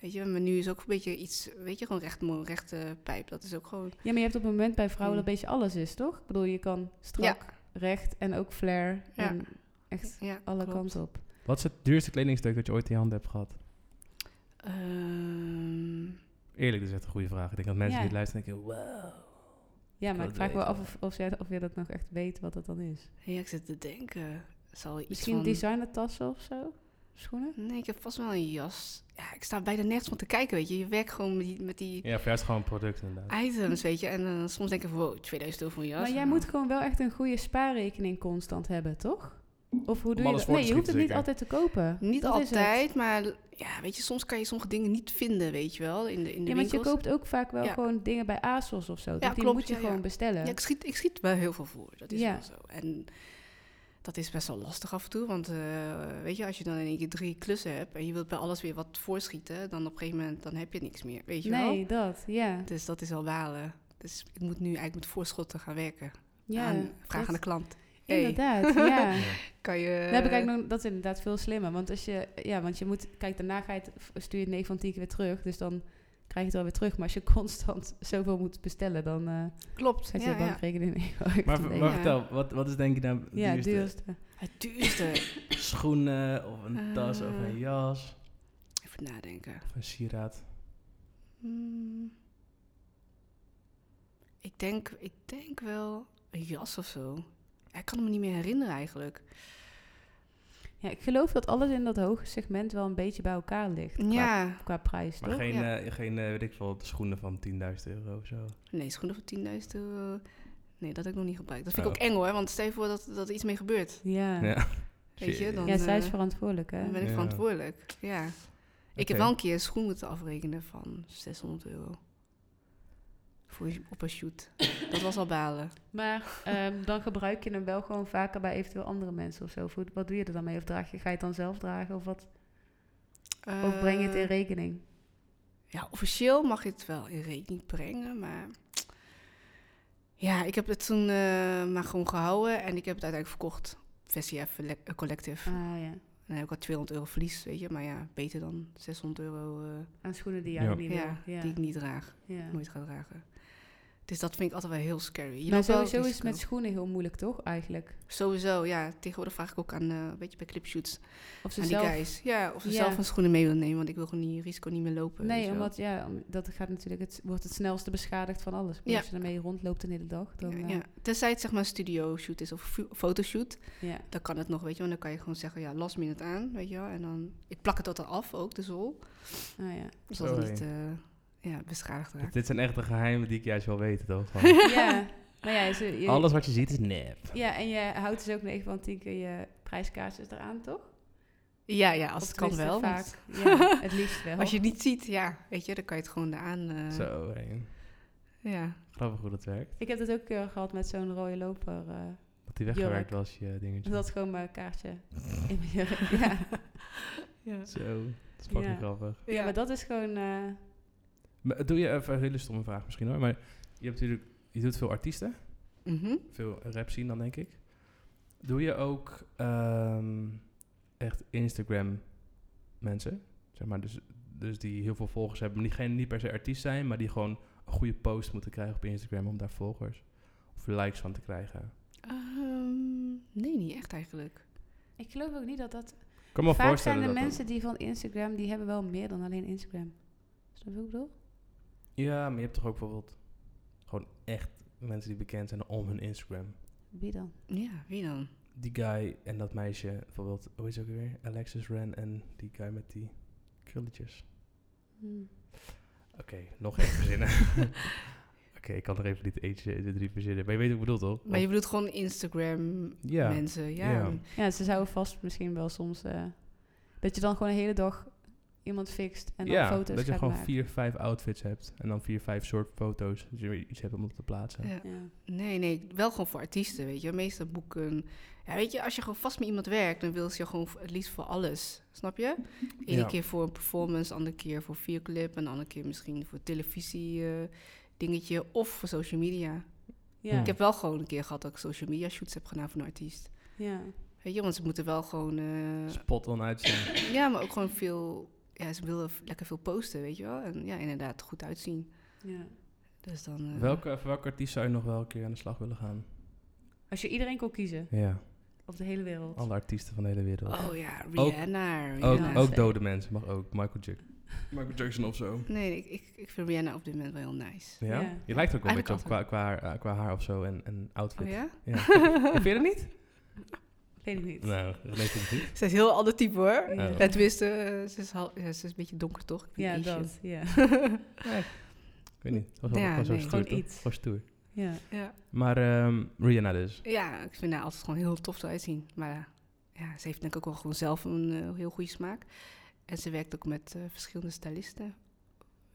Speaker 1: Weet je, maar nu is ook een beetje iets, weet je, gewoon recht, mo- rechte pijp. Dat is ook gewoon...
Speaker 3: ja, maar je hebt op het moment bij vrouwen
Speaker 1: Hmm.
Speaker 3: dat een beetje alles is, toch? Ik bedoel, je kan strak, recht en ook flair
Speaker 1: Ja.
Speaker 3: en echt
Speaker 1: Ja,
Speaker 3: alle
Speaker 1: klopt.
Speaker 3: kanten op.
Speaker 2: Wat is het duurste kledingstuk dat je ooit in je handen hebt gehad?
Speaker 1: Ehm,
Speaker 2: Eerlijk, dat is echt een goede vraag. Ik denk dat mensen
Speaker 3: Ja.
Speaker 2: die luisteren denken, wow.
Speaker 3: Ja, maar
Speaker 2: wil
Speaker 3: ik vraag
Speaker 2: het
Speaker 3: me wel af
Speaker 2: weten.
Speaker 3: of, of, jij, of je dat nog echt weet wat dat dan is.
Speaker 1: ja, ik zit te denken. Zal iets
Speaker 3: Misschien
Speaker 1: van...
Speaker 3: designertassen of zo? Schoenen?
Speaker 1: Nee, ik heb vast wel een jas. Ja, ik sta bijna nergens van te kijken, weet je. Je werkt gewoon met die, met die
Speaker 2: Ja, voor jou is het gewoon een product inderdaad.
Speaker 1: items, weet je. En eh, soms denk ik van, wow, 2000 euro voor een jas.
Speaker 3: Maar jij
Speaker 1: Nou,
Speaker 3: moet gewoon wel echt een goede spaarrekening constant hebben, toch? Of hoe doe je
Speaker 2: alles
Speaker 3: dat?
Speaker 2: voor te
Speaker 3: Nee, je hoeft het
Speaker 2: schieten,
Speaker 3: niet altijd te kopen.
Speaker 1: Niet
Speaker 3: Dat is het.
Speaker 1: altijd, maar ja, weet je, soms kan je sommige dingen niet vinden, weet je wel, in de, in de
Speaker 3: Ja, want je
Speaker 1: winkels.
Speaker 3: koopt ook vaak wel
Speaker 1: Ja.
Speaker 3: gewoon dingen bij ASOS of zo. toch? die
Speaker 1: klopt,
Speaker 3: moet je
Speaker 1: ja, ja.
Speaker 3: gewoon bestellen.
Speaker 1: Ja, ik schiet, ik schiet wel heel veel voor, dat is
Speaker 3: Ja.
Speaker 1: wel zo. En Dat is best wel lastig af en toe, want eh, weet je, als je dan in één keer drie klussen hebt en je wilt bij alles weer wat voorschieten, dan op een gegeven moment dan heb je niks meer, weet je wel?
Speaker 3: Nee, dat, ja.
Speaker 1: Dus dat is wel balen. Dus ik moet nu eigenlijk met voorschotten gaan werken.
Speaker 3: ja
Speaker 1: aan, vraag
Speaker 3: dat-
Speaker 1: aan de klant. Hey,
Speaker 3: Inderdaad, ja.
Speaker 1: kan je...
Speaker 3: Dan heb ik eigenlijk nog- dat is inderdaad veel slimmer. Want als je, ja, want je moet, kijk, daarna ga je het, f- stuur je het 9 van 10 keer weer terug. Dus dan krijg je het wel weer terug. Maar als je constant zoveel moet bestellen, dan eh
Speaker 1: Klopt,
Speaker 3: zet je
Speaker 1: ja, ja.
Speaker 3: bankrekening in. Maar,
Speaker 2: Maar, ver- maar
Speaker 1: Ja.
Speaker 2: vertel, wat, wat is denk je nou het
Speaker 3: ja, het
Speaker 2: duurste?
Speaker 3: duurste.
Speaker 1: Het duurste.
Speaker 2: Schoenen of een tas of een
Speaker 1: Eh.
Speaker 2: jas
Speaker 1: Even nadenken.
Speaker 2: of een sieraad.
Speaker 1: Hmm. Ik denk, ik denk wel een jas of zo. Ik kan me niet meer herinneren eigenlijk.
Speaker 3: Ja, ik geloof dat alles in dat hoge segment wel een beetje bij elkaar ligt. qua-
Speaker 1: Ja,
Speaker 3: Qua, prijs,
Speaker 2: Maar
Speaker 3: toch?
Speaker 2: geen,
Speaker 1: Ja.
Speaker 2: eh, geen eh, weet ik veel, schoenen van 10.000 euro of zo.
Speaker 1: nee, schoenen voor 10.000 euro. Nee, dat heb ik nog niet gebruikt. Dat vind
Speaker 2: Oh.
Speaker 1: ik ook eng hoor, want stel je voor dat, dat er iets mee gebeurt.
Speaker 3: Ja.
Speaker 2: Ja.
Speaker 1: Weet je, dan,
Speaker 3: Ja, zij is
Speaker 1: eh,
Speaker 3: verantwoordelijk, hè?
Speaker 1: Dan ben ik
Speaker 2: Ja.
Speaker 1: verantwoordelijk. Ja. Ik
Speaker 2: Oké.
Speaker 1: heb wel een keer een schoen moeten afrekenen van 600 euro. Voor, op een shoot. Dat was al balen.
Speaker 3: Maar ehm, dan gebruik je hem wel gewoon vaker bij eventueel andere mensen of zo. Of hoe- Wat doe je er dan mee? Of draag je, ga je het dan zelf dragen? Of, wat, of breng je het in
Speaker 1: Eh,
Speaker 3: rekening?
Speaker 1: Ja, officieel mag je het wel in rekening brengen, maar... Ja, ik heb het toen eh, maar gewoon gehouden en ik heb het uiteindelijk verkocht. Vestia eh, Collective.
Speaker 3: Ah ja.
Speaker 1: En dan heb ik al 200 euro verlies, weet je. Maar ja, beter dan 600 euro eh,
Speaker 3: Aan schoenen die jij
Speaker 2: Ja.
Speaker 3: niet
Speaker 1: ja,
Speaker 3: wil. Ja.
Speaker 1: die ik niet draag.
Speaker 3: ja.
Speaker 1: Nooit ga dragen. Dus dat vind ik altijd wel heel scary. Je
Speaker 3: Maar
Speaker 1: loopt wel
Speaker 3: sowieso is
Speaker 1: risico.
Speaker 3: met schoenen heel moeilijk, toch? Eigenlijk.
Speaker 1: Sowieso, ja. Tegenwoordig vraag ik ook aan, eh, weet je, bij clipshoots.
Speaker 3: Of ze
Speaker 1: Aan die
Speaker 3: zelf.
Speaker 1: guys. Ja, of ze
Speaker 3: Ja.
Speaker 1: zelf hun schoenen mee willen nemen. Want ik wil gewoon die risico niet meer lopen. weet
Speaker 3: Nee,
Speaker 1: je wel.
Speaker 3: omdat ja, om- dat gaat natuurlijk het, wordt het snelste beschadigd van alles. Ik bedoel,
Speaker 1: Ja.
Speaker 3: Als je ermee rondloopt een hele dag, dan.
Speaker 1: Ja,
Speaker 3: eh,
Speaker 1: ja. Tenzij het zeg maar een studio shoot is of fo- fotoshoot,
Speaker 3: eh, ja.
Speaker 1: dan kan het nog, weet je, want dan kan je gewoon zeggen, ja, last minute aan, weet je wel. En dan, ik plak het altijd af ook, de zool,
Speaker 3: Ah, ja.
Speaker 1: zodat
Speaker 2: Sorry.
Speaker 1: het niet eh, ja, beschadigd raakt.
Speaker 2: Dit zijn echt de geheimen die ik juist wel weet, toch? Van,
Speaker 3: ja. Nou ja, ze- je-
Speaker 2: alles wat je ziet is nep.
Speaker 3: Ja, en je houdt dus ook 9 van 10 keer je prijskaartjes eraan, toch?
Speaker 1: Ja, ja, als
Speaker 3: Of
Speaker 1: het kan
Speaker 3: tenminste
Speaker 1: wel. want
Speaker 3: Vaak. Ja, het liefst wel.
Speaker 1: Als je het niet ziet, ja, weet je, dan kan je het gewoon eraan. eh,
Speaker 2: Zo, hé.
Speaker 1: Ja.
Speaker 2: grappig hoe dat werkt.
Speaker 3: Ik heb dat ook een keer gehad met zo'n rode loper. eh,
Speaker 2: Dat die weggewerkt
Speaker 3: Jurk.
Speaker 2: was, je dingetje.
Speaker 3: dat is gewoon mijn kaartje in mijn jurk. Ja.
Speaker 1: Ja.
Speaker 2: Zo, dat is fucking
Speaker 3: Ja.
Speaker 2: grappig.
Speaker 3: ja, maar dat is gewoon... eh,
Speaker 2: Maar doe je even een hele stomme vraag misschien hoor. Maar je hebt natuurlijk, je doet veel artiesten,
Speaker 1: Mhm.
Speaker 2: veel rap zien dan denk ik. Doe je ook ehm, echt Instagram mensen? Zeg maar, dus, dus die heel veel volgers hebben, die geen niet per se artiest zijn, maar die gewoon een goede post moeten krijgen op Instagram om daar volgers of likes van te krijgen.
Speaker 1: Ehm, nee, niet echt eigenlijk.
Speaker 3: ik geloof ook niet dat dat...
Speaker 2: Ik kan me wel
Speaker 3: Vaak
Speaker 2: voorstellen dat
Speaker 3: zijn de
Speaker 2: dat-
Speaker 3: mensen die van Instagram, die hebben wel meer dan alleen Instagram. Snap je wat ik bedoel?
Speaker 2: Ja, maar je hebt toch ook bijvoorbeeld gewoon echt mensen die bekend zijn om hun Instagram.
Speaker 3: Wie dan?
Speaker 1: Ja, wie dan?
Speaker 2: Die guy en dat meisje, bijvoorbeeld, hoe is het ook weer? Alexis Ren en die guy met die krulletjes.
Speaker 3: Hm.
Speaker 2: Oké, nog even verzinnen. Oké, ik kan er even niet eentje de drie verzinnen. Maar je weet wat ik bedoel, toch?
Speaker 1: Maar je bedoelt gewoon Instagram
Speaker 2: Ja.
Speaker 1: mensen, ja.
Speaker 2: Ja.
Speaker 3: Ja, ze zouden vast misschien wel soms... eh, dat je dan gewoon een hele dag iemand fixt en dan
Speaker 2: ja,
Speaker 3: foto's
Speaker 2: dat je
Speaker 3: gaat
Speaker 2: gewoon
Speaker 3: maken.
Speaker 2: vier, vijf outfits hebt. En dan vier, vijf soort foto's. Dus je weer iets hebt om op te plaatsen.
Speaker 1: Ja.
Speaker 3: Ja.
Speaker 1: Nee, nee, wel gewoon voor artiesten, weet je. Meestal boeken. Ja, weet je, als je gewoon vast met iemand werkt, dan wil ze je gewoon v- het liefst voor alles. Snap je? Eén
Speaker 2: Ja.
Speaker 1: keer voor een performance, andere keer voor videoclip, en andere keer misschien voor televisie eh, dingetje of voor social media.
Speaker 3: Ja.
Speaker 1: Ik heb wel gewoon een keer gehad dat ik social media shoots heb gedaan voor een artiest.
Speaker 3: ja.
Speaker 1: Weet je, want ze moeten wel gewoon. eh,
Speaker 2: Spot on uitzien.
Speaker 1: ja, maar ook gewoon veel. Ja, ze willen v- lekker veel posten, weet je wel. En ja, inderdaad, goed uitzien.
Speaker 3: ja.
Speaker 1: Dus dan. eh,
Speaker 2: welke, voor welke artiest zou je nog wel een keer aan de slag willen gaan?
Speaker 3: Als je iedereen kon kiezen
Speaker 2: Ja,
Speaker 3: op de hele wereld.
Speaker 2: alle artiesten van de hele wereld.
Speaker 1: Oh ja, Rihanna.
Speaker 2: Ook,
Speaker 1: Rihanna.
Speaker 2: ook dode mensen, mag ook. Michael, Jack- Michael Jackson of zo.
Speaker 1: Nee, ik, ik, ik vind Rihanna op dit moment wel heel nice.
Speaker 2: Ja?
Speaker 3: Ja.
Speaker 2: Je lijkt ook wel een beetje op
Speaker 1: Eigenlijk
Speaker 2: qua, qua, haar- eh, qua haar of zo en, en outfit.
Speaker 1: Oh ja?
Speaker 2: Ja. Vind je dat niet?
Speaker 3: Weet ik niet.
Speaker 2: Nou, dat weet ik niet.
Speaker 1: Ze is een heel ander type hoor.
Speaker 3: Ja.
Speaker 1: Ja, tenminste, eh, ze is, hal- ja, ze is een beetje donker toch? Ik ben
Speaker 3: Ja,
Speaker 1: Asian.
Speaker 3: dat. Ja.
Speaker 2: Ik weet niet. Het was wel,
Speaker 1: Ja,
Speaker 2: was wel
Speaker 1: nee.
Speaker 2: stoer,
Speaker 3: Gewoon
Speaker 2: toch?
Speaker 3: iets.
Speaker 2: Was stoer.
Speaker 3: ja.
Speaker 1: Ja.
Speaker 2: Maar ehm, Rihanna dus.
Speaker 1: ja, ik vind haar altijd gewoon heel tof eruit zien. Maar eh, ja, ze heeft denk ik ook wel gewoon zelf een eh, heel goede smaak. En ze werkt ook met eh, verschillende stylisten.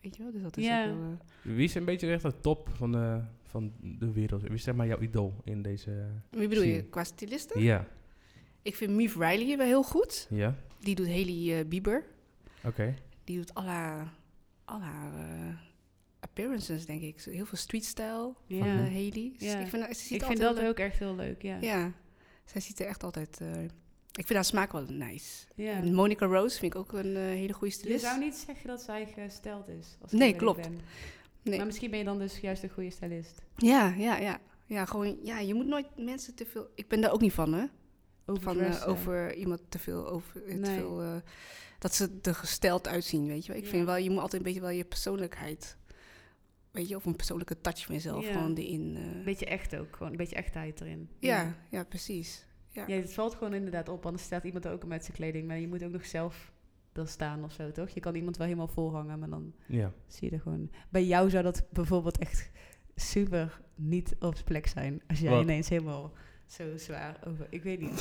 Speaker 1: Weet je wel, dus dat is
Speaker 3: Ja.
Speaker 1: ook wel... eh,
Speaker 2: Wie is een beetje echt de top van de, van de wereld? Wie is zeg maar jouw idool in deze...
Speaker 1: wie bedoel je,
Speaker 2: Zie.
Speaker 1: qua stylisten?
Speaker 2: Ja.
Speaker 1: Ik vind Mief Riley wel heel goed.
Speaker 2: Ja,
Speaker 1: Die doet Haley eh, Bieber.
Speaker 2: oké.
Speaker 1: Die doet al haar, al haar eh, appearances, denk ik. Zo Heel veel streetstyle
Speaker 3: Ja.
Speaker 1: van eh,
Speaker 2: Mhm.
Speaker 1: Haley. Ze-
Speaker 3: Ja.
Speaker 1: Ik vind, haar- ze ziet
Speaker 3: Ik
Speaker 1: altijd
Speaker 3: vind dat
Speaker 1: leuk-
Speaker 3: ook echt heel leuk, ja.
Speaker 1: Ja, zij ziet er echt altijd... eh, ik vind haar smaak wel nice.
Speaker 3: Ja.
Speaker 1: En Monica Rose vind ik ook een eh, hele goede
Speaker 3: Je
Speaker 1: stylist.
Speaker 3: zou niet zeggen dat zij gesteld is. Als ik
Speaker 1: Nee,
Speaker 3: eerlijk
Speaker 1: klopt.
Speaker 3: ben.
Speaker 1: Nee.
Speaker 3: Maar misschien ben je dan dus juist een goede stylist.
Speaker 1: Ja, ja, ja. Ja, gewoon, ja, je moet nooit mensen te veel... Ik ben daar ook niet van, hè? Van eh,
Speaker 3: Overdressen.
Speaker 1: over iemand te veel... Over, eh, te
Speaker 3: Nee.
Speaker 1: veel eh, dat ze er gesteld uitzien, weet je wel. Ik
Speaker 3: Ja.
Speaker 1: vind wel, je moet altijd een beetje wel je persoonlijkheid... Weet je, of een persoonlijke touch van jezelf
Speaker 3: Ja.
Speaker 1: gewoon erin... eh,
Speaker 3: Een beetje echt ook, gewoon een beetje echtheid erin.
Speaker 1: ja, ja, precies.
Speaker 3: Ja, het valt gewoon inderdaad op, anders staat iemand er ook al met zijn kleding. Maar je moet ook nog zelf er staan of zo, toch? Je kan iemand wel helemaal volhangen, maar dan
Speaker 2: Ja.
Speaker 3: zie je er gewoon... Bij jou zou dat bijvoorbeeld echt super niet op zijn plek zijn. Als jij
Speaker 2: Wat?
Speaker 3: ineens helemaal zo zwaar over... Ik weet niet.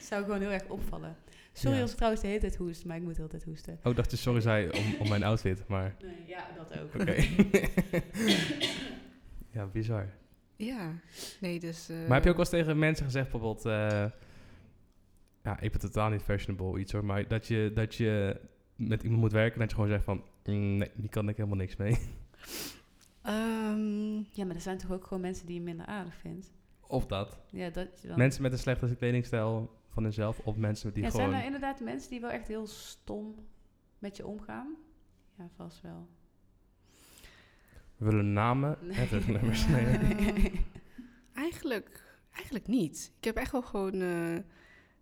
Speaker 3: zou gewoon heel erg opvallen. Sorry
Speaker 2: Ja.
Speaker 3: als ik trouwens de hele tijd hoest, maar ik moet altijd hoesten.
Speaker 2: Oh, ik dacht je sorry zei om, om mijn outfit, maar
Speaker 3: Nee, ja, dat ook.
Speaker 2: oké. ja, bizar.
Speaker 1: Ja, nee, dus... eh,
Speaker 2: Maar heb je ook wel eens tegen mensen gezegd, bijvoorbeeld... eh, ja, ik ben totaal niet fashionable iets hoor, maar dat je, dat je met iemand moet werken... en dat je gewoon zegt van, "Mm, nee, die kan ik helemaal niks mee.
Speaker 1: ehm,
Speaker 3: Ja, maar er zijn toch ook gewoon mensen die je minder aardig vindt?
Speaker 2: Of dat.
Speaker 3: Ja, dat je dan...
Speaker 2: Mensen met een slechte kledingstijl van hunzelf of mensen die
Speaker 3: ja,
Speaker 2: gewoon...
Speaker 3: zijn er inderdaad mensen die wel echt heel stom met je omgaan? Ja, vast wel.
Speaker 2: We willen namen
Speaker 3: Nee.
Speaker 2: en rugnummers nemen.
Speaker 1: Ehm, eigenlijk, eigenlijk niet. Ik heb echt wel gewoon eh,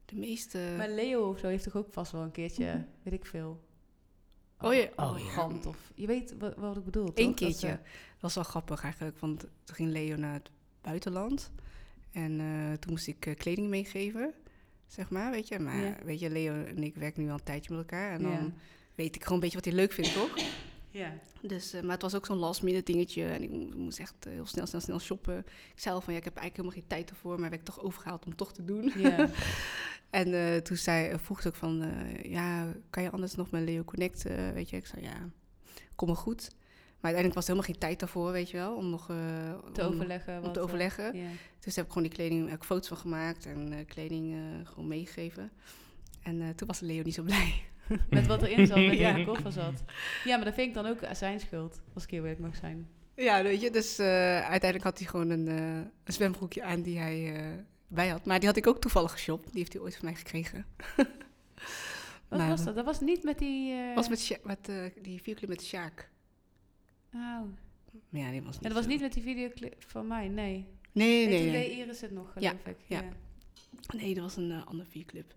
Speaker 1: de meeste...
Speaker 3: Maar Leo of zo heeft toch ook vast wel een keertje, weet ik veel.
Speaker 1: Mhm. Oh ja, oh ja.
Speaker 3: arrogant of je weet wat, wat ik bedoel.
Speaker 1: Eén
Speaker 3: toch? Dat eh.
Speaker 1: keertje.
Speaker 3: ze-
Speaker 1: Dat was wel grappig eigenlijk, want toen ging Leo naar het buitenland. En eh, toen moest ik eh, kleding meegeven, zeg maar, weet je. Maar
Speaker 3: Ja.
Speaker 1: weet je, Leo en ik werken nu al een tijdje met elkaar. En
Speaker 3: Ja.
Speaker 1: dan weet ik gewoon een beetje wat hij leuk vindt, toch?
Speaker 3: ja.
Speaker 1: Dus, eh, maar het was ook zo'n last minute dingetje. En ik mo- moest echt eh, heel snel, snel, snel shoppen. Ik zei al van, ja, ik heb eigenlijk helemaal geen tijd ervoor. Maar werd ik toch overgehaald om toch te doen.
Speaker 3: Ja.
Speaker 1: En eh, toen zei, vroeg ze ook van, eh, ja, kan je anders nog met Leo connecten? Weet je, ik zei, ja, kom maar goed. Maar uiteindelijk was er helemaal geen tijd daarvoor, weet je wel, om nog... eh,
Speaker 3: te
Speaker 1: om-
Speaker 3: overleggen.
Speaker 1: Om
Speaker 3: Wat,
Speaker 1: te
Speaker 3: eh,
Speaker 1: overleggen.
Speaker 3: ja.
Speaker 1: Dus heb ik gewoon die kleding, heb ik foto's van gemaakt en eh, kleding eh, gewoon meegegeven. En eh, toen was Leo niet zo blij.
Speaker 3: Met wat erin zat, met wat in
Speaker 1: Ja.
Speaker 3: de koffer zat. Ja, maar dat vind ik dan ook zijn schuld, als ik heel eerlijk mag zijn.
Speaker 1: Ja, weet je, dus eh, uiteindelijk had hij gewoon een, eh, een zwembroekje aan die hij eh, bij had. Maar die had ik ook toevallig geshopt. Die heeft hij ooit van mij gekregen.
Speaker 3: Wat
Speaker 1: Maar- eh,
Speaker 3: was dat? Dat was niet met die... eh,
Speaker 1: Nou, was met, Sja- met eh, die videoclip met Sjaak.
Speaker 3: Oh.
Speaker 1: Maar ja, die was niet
Speaker 3: En dat was
Speaker 1: zo-
Speaker 3: niet met die videoclip van mij, nee.
Speaker 1: Nee, nee,
Speaker 3: nee,
Speaker 1: nee.
Speaker 3: Iris het nog,
Speaker 1: Ja,
Speaker 3: geloof ik.
Speaker 1: ja. Nee, dat was een eh, andere videoclip.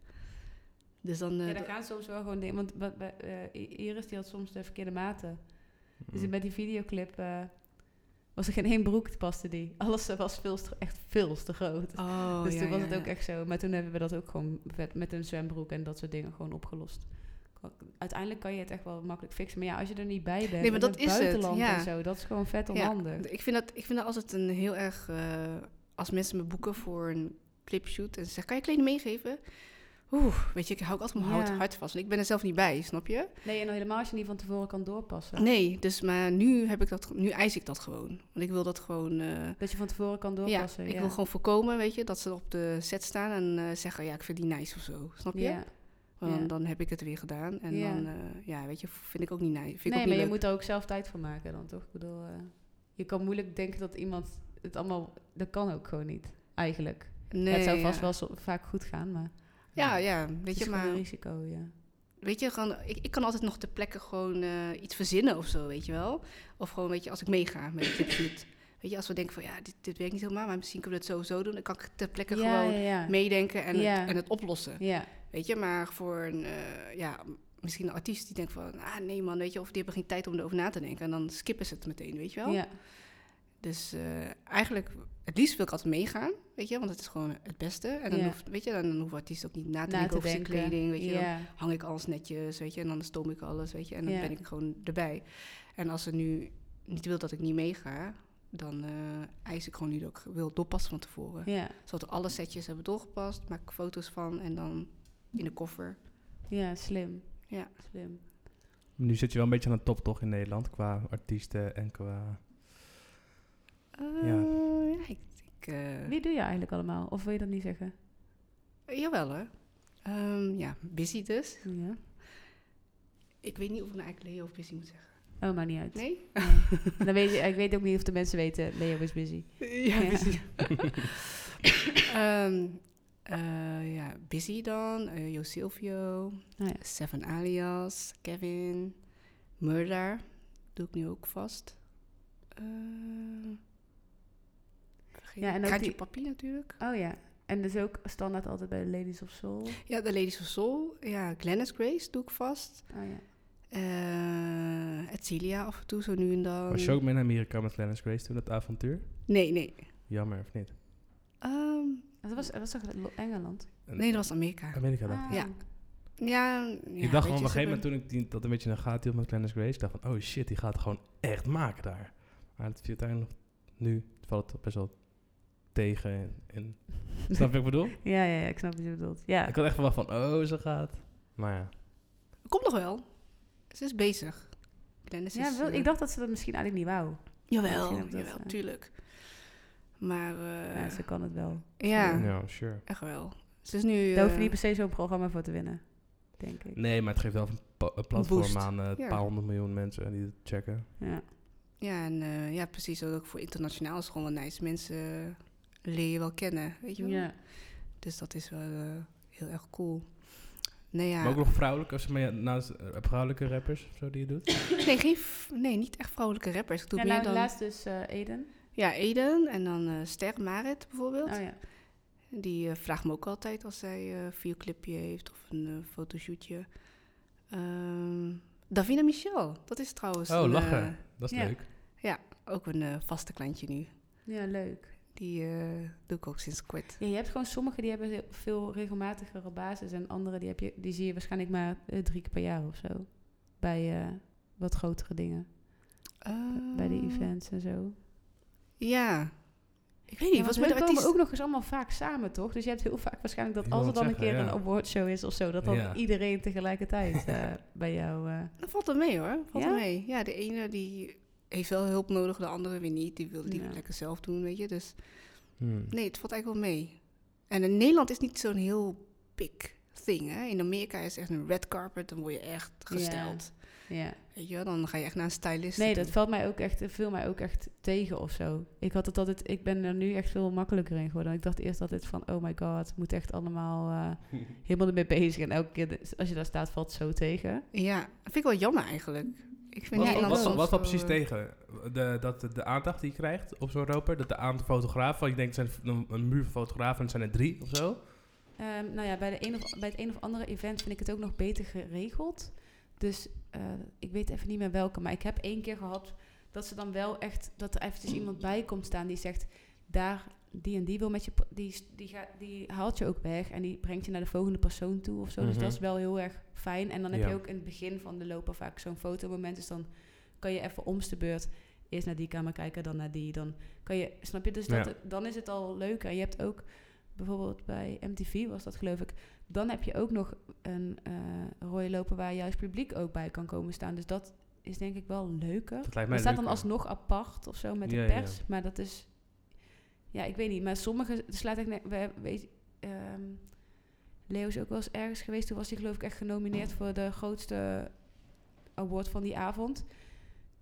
Speaker 1: Dus dan... eh,
Speaker 3: Ja, daar gaan soms wel gewoon dingen. Want wat- wat, eh, I- Iris die had soms de verkeerde maten.
Speaker 1: Hmm.
Speaker 3: Dus met die videoclip eh, was er geen één broek te paste die. Alles eh, was veel te- echt veel te groot.
Speaker 1: oh,
Speaker 3: dus
Speaker 1: ja,
Speaker 3: toen was
Speaker 1: ja,
Speaker 3: het ook
Speaker 1: ja.
Speaker 3: echt zo. Maar toen hebben we dat ook gewoon vet- met een zwembroek en dat soort dingen gewoon opgelost. Kan- Uiteindelijk kan je het echt wel makkelijk fixen. Maar ja, als je er niet bij bent,
Speaker 1: maar
Speaker 3: in
Speaker 1: dat
Speaker 3: het
Speaker 1: is het,
Speaker 3: buitenland
Speaker 1: ja.
Speaker 3: en zo, dat is gewoon vet
Speaker 1: Ja,
Speaker 3: onhandig.
Speaker 1: Ik vind dat, ik vind dat altijd een heel erg... eh, als mensen me boeken voor een clipshoot en ze zeggen... Kan je kleding meegeven? Oeh, weet je, ik hou ook altijd mijn hart-
Speaker 3: Ja.
Speaker 1: hart vast. Want ik ben er zelf niet bij, snap je?
Speaker 3: Nee, en dan helemaal als je niet van tevoren kan doorpassen.
Speaker 1: Nee, dus maar nu heb ik dat... Nu eis ik dat gewoon. Want ik wil dat gewoon... eh,
Speaker 3: Dat je van tevoren kan
Speaker 1: ja,
Speaker 3: doorpassen.
Speaker 1: ik wil gewoon voorkomen, weet je, dat ze op de set staan en eh, zeggen, ja, ik vind die nice of zo. Snap je?
Speaker 3: Ja.
Speaker 1: Want dan,
Speaker 3: ja.
Speaker 1: dan heb ik het weer gedaan. En
Speaker 3: Ja.
Speaker 1: dan, eh, ja, weet je, vind ik ook niet nice. Vind ik ook
Speaker 3: nee,
Speaker 1: niet
Speaker 3: maar je
Speaker 1: leuk.
Speaker 3: moet er ook zelf tijd voor maken dan, toch? Ik bedoel, eh, je kan moeilijk denken dat iemand het allemaal... Dat kan ook gewoon niet, eigenlijk. Ja,
Speaker 1: Nee,
Speaker 3: het zou vast
Speaker 1: ja.
Speaker 3: wel zo- vaak goed gaan, maar...
Speaker 1: Ja, ja, weet
Speaker 3: het
Speaker 1: je,
Speaker 3: is gewoon
Speaker 1: maar
Speaker 3: een risico, ja.
Speaker 1: weet je, gewoon, ik, ik kan altijd nog ter plekke gewoon eh, iets verzinnen of zo, weet je wel. Of gewoon, weet je, als ik meega met de tipshoot. Weet je, als we denken van, ja, dit, dit werkt niet helemaal, maar misschien kunnen we het zo zo doen. Dan kan ik ter plekke
Speaker 3: ja,
Speaker 1: gewoon
Speaker 3: ja, ja.
Speaker 1: meedenken en,
Speaker 3: Ja.
Speaker 1: het, en het oplossen,
Speaker 3: Ja,
Speaker 1: weet je. Maar voor een, eh, ja, m- misschien een artiest die denkt van, ah, nee man, weet je, of die hebben geen tijd om erover na te denken. En dan skippen ze het meteen, weet je wel.
Speaker 3: ja.
Speaker 1: Dus eh, eigenlijk, het liefst wil ik altijd meegaan, weet je, want het is gewoon het beste. En dan,
Speaker 3: Ja.
Speaker 1: hoeft, weet je, dan, dan hoeft de artiest ook niet na te
Speaker 3: Na
Speaker 1: denken
Speaker 3: te
Speaker 1: over zijn
Speaker 3: denken.
Speaker 1: kleding, weet je. Dan
Speaker 3: ja.
Speaker 1: hang ik alles netjes, weet je, en dan stoom ik alles, weet je, en dan
Speaker 3: Ja.
Speaker 1: ben ik gewoon erbij. En als ze nu niet wil dat ik niet meega, dan eh, eis ik gewoon nu dat ik wil doorpassen van tevoren.
Speaker 3: Ja,
Speaker 1: Zodat alle setjes hebben doorgepast, maak ik foto's van en dan in de koffer.
Speaker 3: ja, slim.
Speaker 1: Ja.
Speaker 3: Slim.
Speaker 2: Nu zit je wel een beetje aan de top toch in Nederland qua artiesten en qua...
Speaker 1: Eh, ja. ik, ik, ik... eh,
Speaker 3: Wie doe je eigenlijk allemaal? Of wil je dat niet zeggen?
Speaker 1: jawel hoor. Ehm, ja, busy dus.
Speaker 3: Ja.
Speaker 1: Ik weet niet of ik nou eigenlijk Leo of busy moet zeggen.
Speaker 3: Oh, maakt niet uit.
Speaker 1: Nee?
Speaker 3: Nee. Dan weet je, ik weet ook niet of de mensen weten, Leo is busy.
Speaker 1: Ja,
Speaker 3: Ja.
Speaker 1: busy. Ehm, eh, ja, busy dan. eh Jo Silvio.
Speaker 3: Nou ja.
Speaker 1: Seven Alias. Kevin. Murder. Doe ik nu ook vast. Eh, vergeet
Speaker 3: Ja, en
Speaker 1: ik.
Speaker 3: ook
Speaker 1: Kraantje
Speaker 3: die-
Speaker 1: Papi natuurlijk.
Speaker 3: Oh ja. En dat is ook standaard altijd bij de Ladies of Soul.
Speaker 1: Ja, de Ladies of Soul. Ja, Glennis Grace doe ik vast.
Speaker 3: Oh ja.
Speaker 1: Eh Etcilia af en toe, zo nu en dan.
Speaker 2: Was je ook mee naar Amerika met Lennis Grace toen, dat avontuur?
Speaker 1: Nee, nee.
Speaker 2: Jammer, of niet?
Speaker 1: Ehm,
Speaker 3: Dat was, dat was toch Lo- Engeland?
Speaker 1: nee, dat was Amerika.
Speaker 2: Amerika dacht ik.
Speaker 3: Ah.
Speaker 1: Ja. Ja,
Speaker 2: ik dacht gewoon op een gegeven moment toen ik die, dat een beetje naar gaat hield met Glennis Grace, dacht van, oh shit, die gaat het gewoon echt maken daar. Maar het viel uiteindelijk nu valt het best wel tegen. En, en- snap je wat ik bedoel?
Speaker 3: Ja, ja, ja, ik snap wat je bedoelt. Ja.
Speaker 2: Ik had echt verwacht van, oh, ze gaat. Maar ja,
Speaker 1: Komt nog wel. Ze is bezig. Glennis
Speaker 3: ja
Speaker 1: is...
Speaker 3: wel,
Speaker 1: eh,
Speaker 3: ik dacht dat ze dat misschien eigenlijk niet wou.
Speaker 1: Jawel,
Speaker 3: misschien ook dat,
Speaker 1: jawel,
Speaker 3: eh.
Speaker 1: tuurlijk. Maar eh,
Speaker 3: Ja, ze kan het wel.
Speaker 1: ja,
Speaker 3: Ah.
Speaker 2: ja, sure.
Speaker 1: echt wel. Ze is nu...
Speaker 3: Daar hoef je
Speaker 1: eh,
Speaker 3: niet per se zo'n programma voor te winnen, denk ik.
Speaker 2: Nee, maar het geeft wel een, pa- een platform
Speaker 1: Boost.
Speaker 2: aan eh, een
Speaker 1: Ja.
Speaker 2: paar honderd miljoen mensen die het checken.
Speaker 3: Ja.
Speaker 1: Ja, en eh, ja, precies. Ook voor internationaal is het gewoon wel nice. Mensen leer je wel kennen, weet je wel.
Speaker 3: ja.
Speaker 1: Dus dat is wel eh, heel erg cool. Nee, ja.
Speaker 2: Maar ook nog vrouwelijke, of zeg maar, ja, naast eh, vrouwelijke rappers of zo die je doet.
Speaker 1: nee, geen v- nee, niet echt vrouwelijke rappers. Ik doe
Speaker 3: Ja,
Speaker 1: meer
Speaker 3: nou,
Speaker 1: dan...
Speaker 3: laatst dus eh, Eden.
Speaker 1: Ja, Eden en dan eh, Ster Marit bijvoorbeeld.
Speaker 3: Oh ja.
Speaker 1: Die eh, vraagt me ook altijd als zij eh, een videoclipje heeft of een eh, fotoshootje. Ehm, Davina Michel, dat is trouwens
Speaker 2: Oh,
Speaker 1: een,
Speaker 2: lachen.
Speaker 1: eh,
Speaker 2: Dat is
Speaker 3: ja.
Speaker 2: leuk.
Speaker 1: ook een eh, vaste klantje nu.
Speaker 3: Ja, leuk.
Speaker 1: Die eh, doe ik ook sinds kort.
Speaker 3: Ja, je hebt gewoon sommige die hebben heel veel regelmatigere basis en andere die, heb je, die zie je waarschijnlijk maar eh, drie keer per jaar of zo. Bij eh, wat grotere dingen, bij de
Speaker 1: Ehm,
Speaker 3: events en zo.
Speaker 1: Ja. Ik weet
Speaker 3: Ja,
Speaker 1: niet,
Speaker 3: want
Speaker 1: was
Speaker 3: hun
Speaker 1: met de
Speaker 3: komen
Speaker 1: artiest...
Speaker 3: ook nog eens allemaal vaak samen, toch? Dus je hebt heel vaak waarschijnlijk
Speaker 2: Ik
Speaker 3: dat als
Speaker 2: wou
Speaker 3: er dan
Speaker 2: het
Speaker 3: een keer
Speaker 2: zeggen,
Speaker 3: een
Speaker 2: ja.
Speaker 3: awardshow is of zo, dat dan
Speaker 2: Ja.
Speaker 3: iedereen tegelijkertijd eh, bij jou... eh,
Speaker 1: Dat valt wel mee hoor, valt
Speaker 3: Ja?
Speaker 1: wel mee. Ja, de ene die heeft wel hulp nodig, de andere weer niet. Die wil die
Speaker 3: Ja.
Speaker 1: lekker zelf doen, weet je. Dus
Speaker 2: Hmm.
Speaker 1: nee, het valt eigenlijk wel mee. En in Nederland is niet zo'n heel big thing, hè. In Amerika is echt een red carpet, dan word je echt
Speaker 3: Ja.
Speaker 1: gesteld.
Speaker 3: ja.
Speaker 1: Weet je, wel, dan ga je echt naar een stylist.
Speaker 3: Nee,
Speaker 1: toe.
Speaker 3: dat valt mij ook echt, viel mij ook echt tegen of zo. Ik had het altijd, ik ben er nu echt veel makkelijker in geworden. Ik dacht eerst altijd van, oh my god, het moet echt allemaal eh, helemaal ermee bezig. En elke keer, de- als je daar staat, valt het zo tegen.
Speaker 1: Ja, dat vind ik wel jammer eigenlijk. Ik vind
Speaker 2: Wat,
Speaker 3: Ja,
Speaker 2: wat,
Speaker 1: Nederland
Speaker 3: ik
Speaker 2: wat,
Speaker 1: soms
Speaker 2: wat valt
Speaker 1: wel,
Speaker 2: precies
Speaker 1: eh,
Speaker 2: tegen? De, dat de, de aandacht die je krijgt op zo'n roper? Dat de aantal fotografen, want ik denk het zijn een, een muur van fotografen en het zijn er drie of zo.
Speaker 3: Ehm, nou ja, bij, de een of, bij het een of andere event vind ik het ook nog beter geregeld. Dus eh, ik weet even niet meer welke, maar ik heb één keer gehad dat ze dan wel echt, dat er eventjes iemand bij komt staan die zegt, daar, die en die wil met je, pr- die, s- die, gaat- die haalt je ook weg en die brengt je naar de volgende persoon toe of zo. Dus
Speaker 2: Mhm.
Speaker 3: dat is wel heel erg fijn. En dan heb
Speaker 2: Ja.
Speaker 3: je ook in het begin van de loper vaak zo'n fotomoment, dus dan kan je even omste beurt eerst naar die kamer kijken, dan naar die, dan kan je, snap je? Dus dat,
Speaker 2: Ja.
Speaker 3: dan is het al leuker. Je hebt ook bijvoorbeeld bij MTV was dat geloof ik. Dan heb je ook nog een eh rode lopen waar juist publiek ook bij kan komen staan. Dus dat is denk ik wel leuker.
Speaker 2: Dat lijkt mij
Speaker 3: Dat staat dan
Speaker 2: leuker.
Speaker 3: alsnog apart of zo met de
Speaker 2: Ja, ja, ja.
Speaker 3: pers. Maar dat is, ja, ik weet niet. Maar sommige slaat echt, ne- we, weet, ehm, Leo is ook wel eens ergens geweest. Toen was hij geloof ik echt genomineerd voor de grootste award van die avond.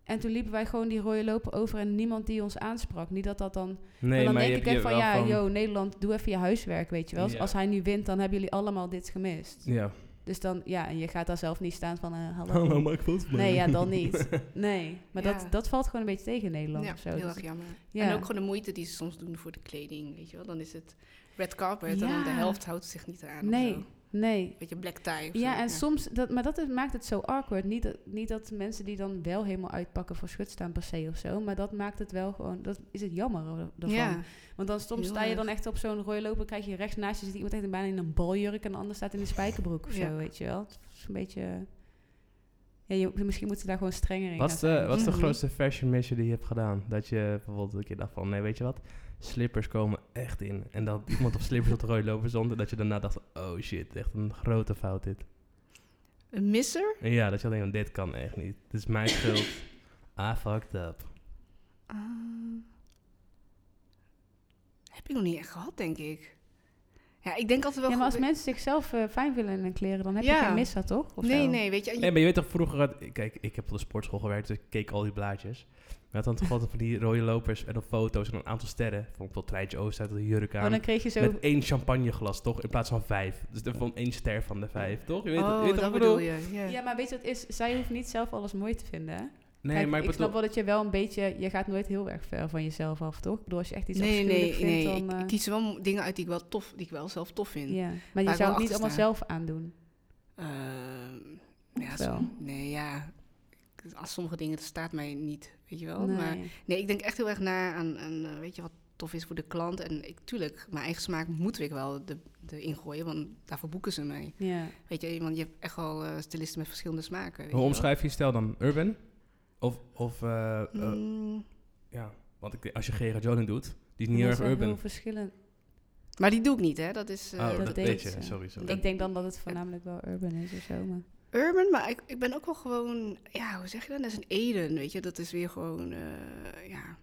Speaker 3: En toen liepen wij gewoon die rode lopen over en niemand die ons aansprak. Niet dat dat dan
Speaker 2: Nee,
Speaker 3: maar dan
Speaker 2: je
Speaker 3: denk ik
Speaker 2: hebt-
Speaker 3: echt
Speaker 2: je
Speaker 3: van,
Speaker 2: hebt
Speaker 3: ja,
Speaker 2: wel
Speaker 3: yo, Nederland, doe even je huiswerk, weet je wel. Als-
Speaker 2: Ja.
Speaker 3: Als hij nu wint, dan hebben jullie allemaal dit gemist.
Speaker 2: Ja.
Speaker 3: Dus dan, ja, en je gaat daar zelf niet staan van, eh, hallo.
Speaker 2: Hallo, maak foto's van
Speaker 3: Nee,
Speaker 2: me.
Speaker 3: ja, dan niet. Nee, maar
Speaker 1: Ja.
Speaker 3: dat, dat valt gewoon een beetje tegen in Nederland
Speaker 1: ja,
Speaker 3: of zo.
Speaker 1: heel
Speaker 3: Dus-
Speaker 1: erg jammer.
Speaker 3: ja.
Speaker 1: En ook gewoon de moeite die ze soms doen voor de kleding, weet je wel. Dan is het red carpet en
Speaker 3: Ja.
Speaker 1: dan de helft houdt zich niet aan.
Speaker 3: Nee.
Speaker 1: Of zo.
Speaker 3: nee.
Speaker 1: Beetje black tie of
Speaker 3: Ja,
Speaker 1: zo.
Speaker 3: en soms, dat, maar dat is- maakt het zo awkward. Niet dat, niet dat mensen die dan wel helemaal uitpakken voor schut staan per se of zo, maar dat maakt het wel gewoon, dat is het jammer ervan.
Speaker 1: Ja,
Speaker 3: Want dan soms
Speaker 1: Heel
Speaker 3: sta je
Speaker 1: erg.
Speaker 3: dan echt op zo'n rode lopen, krijg je rechts naast je zit iemand echt bijna in een baljurk en de ander staat in een spijkerbroek of
Speaker 1: Ja.
Speaker 3: zo, weet je wel. Het is een beetje... Ja, je, misschien moeten ze daar gewoon strenger in
Speaker 2: Wat
Speaker 3: gaan
Speaker 2: is, de,
Speaker 3: zijn.
Speaker 2: wat is de
Speaker 1: Mhm.
Speaker 2: grootste fashion mission die je hebt gedaan? Dat je bijvoorbeeld een keer dacht van, nee, weet je wat? Slippers komen echt in. En dat iemand op slippers op de rooi lopen zonder dat je daarna dacht, oh shit, echt een grote fout dit.
Speaker 1: een misser?
Speaker 2: En ja, dat je alleen, dit kan echt niet. Het is mijn schuld. I fucked up.
Speaker 1: Ah. Ehm, heb heb ik nog niet echt gehad, denk ik. Ja, ik denk altijd wel...
Speaker 3: Ja, maar als
Speaker 1: goed-
Speaker 3: mensen zichzelf eh, fijn willen in hun kleren, dan heb je
Speaker 1: Ja.
Speaker 3: geen missa, toch? Of
Speaker 1: nee,
Speaker 3: wel?
Speaker 1: nee, weet je... en je-
Speaker 2: Nee, maar je weet toch vroeger... Had, kijk, ik heb op de sportschool gewerkt, dus ik keek al die blaadjes. Maar had dan toch altijd van die rode lopers en dan foto's en een aantal sterren. Vond ik wel Treintje Oost uit de jurk
Speaker 3: Want
Speaker 2: aan.
Speaker 3: dan kreeg je zo...
Speaker 2: Met één champagneglas, toch? In plaats van vijf. Dus er van één ster van de vijf, toch? Je weet,
Speaker 1: oh,
Speaker 2: je weet wat
Speaker 1: dat
Speaker 2: ik
Speaker 1: bedoel je. Ja.
Speaker 3: Ja, maar weet je wat het is? Zij hoeft niet zelf alles mooi te vinden. hè?
Speaker 2: Nee,
Speaker 3: Kijk,
Speaker 2: maar ik
Speaker 3: ik
Speaker 2: bedoel...
Speaker 3: snap wel dat je wel een beetje... Je gaat nooit heel erg ver van jezelf af, toch? Ik bedoel, als je echt iets
Speaker 1: nee, nee,
Speaker 3: afschuwelijk
Speaker 1: nee.
Speaker 3: vindt, dan...
Speaker 1: ik
Speaker 3: eh,
Speaker 1: kies er wel mo- dingen uit die ik wel tof, die ik wel zelf tof vind.
Speaker 3: ja. Maar je
Speaker 1: ik
Speaker 3: zou
Speaker 1: wel
Speaker 3: het niet allemaal
Speaker 1: achter
Speaker 3: zelf aandoen.
Speaker 1: Ehm, ja,
Speaker 3: Wel.
Speaker 1: som- nee, ja. Als sommige dingen, dat staat mij niet, weet je wel.
Speaker 3: nee.
Speaker 1: Maar nee, ik denk echt heel erg na aan, aan eh, weet je wat tof is voor de klant. En ik, tuurlijk, mijn eigen smaak moet ik wel de, de ingooien, want daarvoor boeken ze mij.
Speaker 3: Ja.
Speaker 1: Weet je, want je hebt echt wel eh, stylisten met verschillende smaken. weet
Speaker 2: Hoe
Speaker 1: je wel.
Speaker 2: omschrijf je stijl dan? Urban? Of... of eh, eh,
Speaker 1: Mm,
Speaker 2: Ja, want ik, denk, als je Gerard Joling doet, die is niet
Speaker 3: Dat
Speaker 2: heel
Speaker 3: is
Speaker 2: erg
Speaker 3: wel heel
Speaker 2: urban.
Speaker 3: verschillend.
Speaker 1: maar die doe ik niet, hè. Dat is eh,
Speaker 2: oh,
Speaker 3: dat
Speaker 2: dat,
Speaker 3: deed
Speaker 2: weet je.
Speaker 3: ze.
Speaker 2: Sorry, sorry.
Speaker 3: Ik denk dan dat het voornamelijk wel urban is of zo, maar...
Speaker 1: urban, maar ik, ik ben ook wel gewoon... Ja, hoe zeg je dat? Dat is een Eden, weet je. Dat is weer gewoon, eh, ja...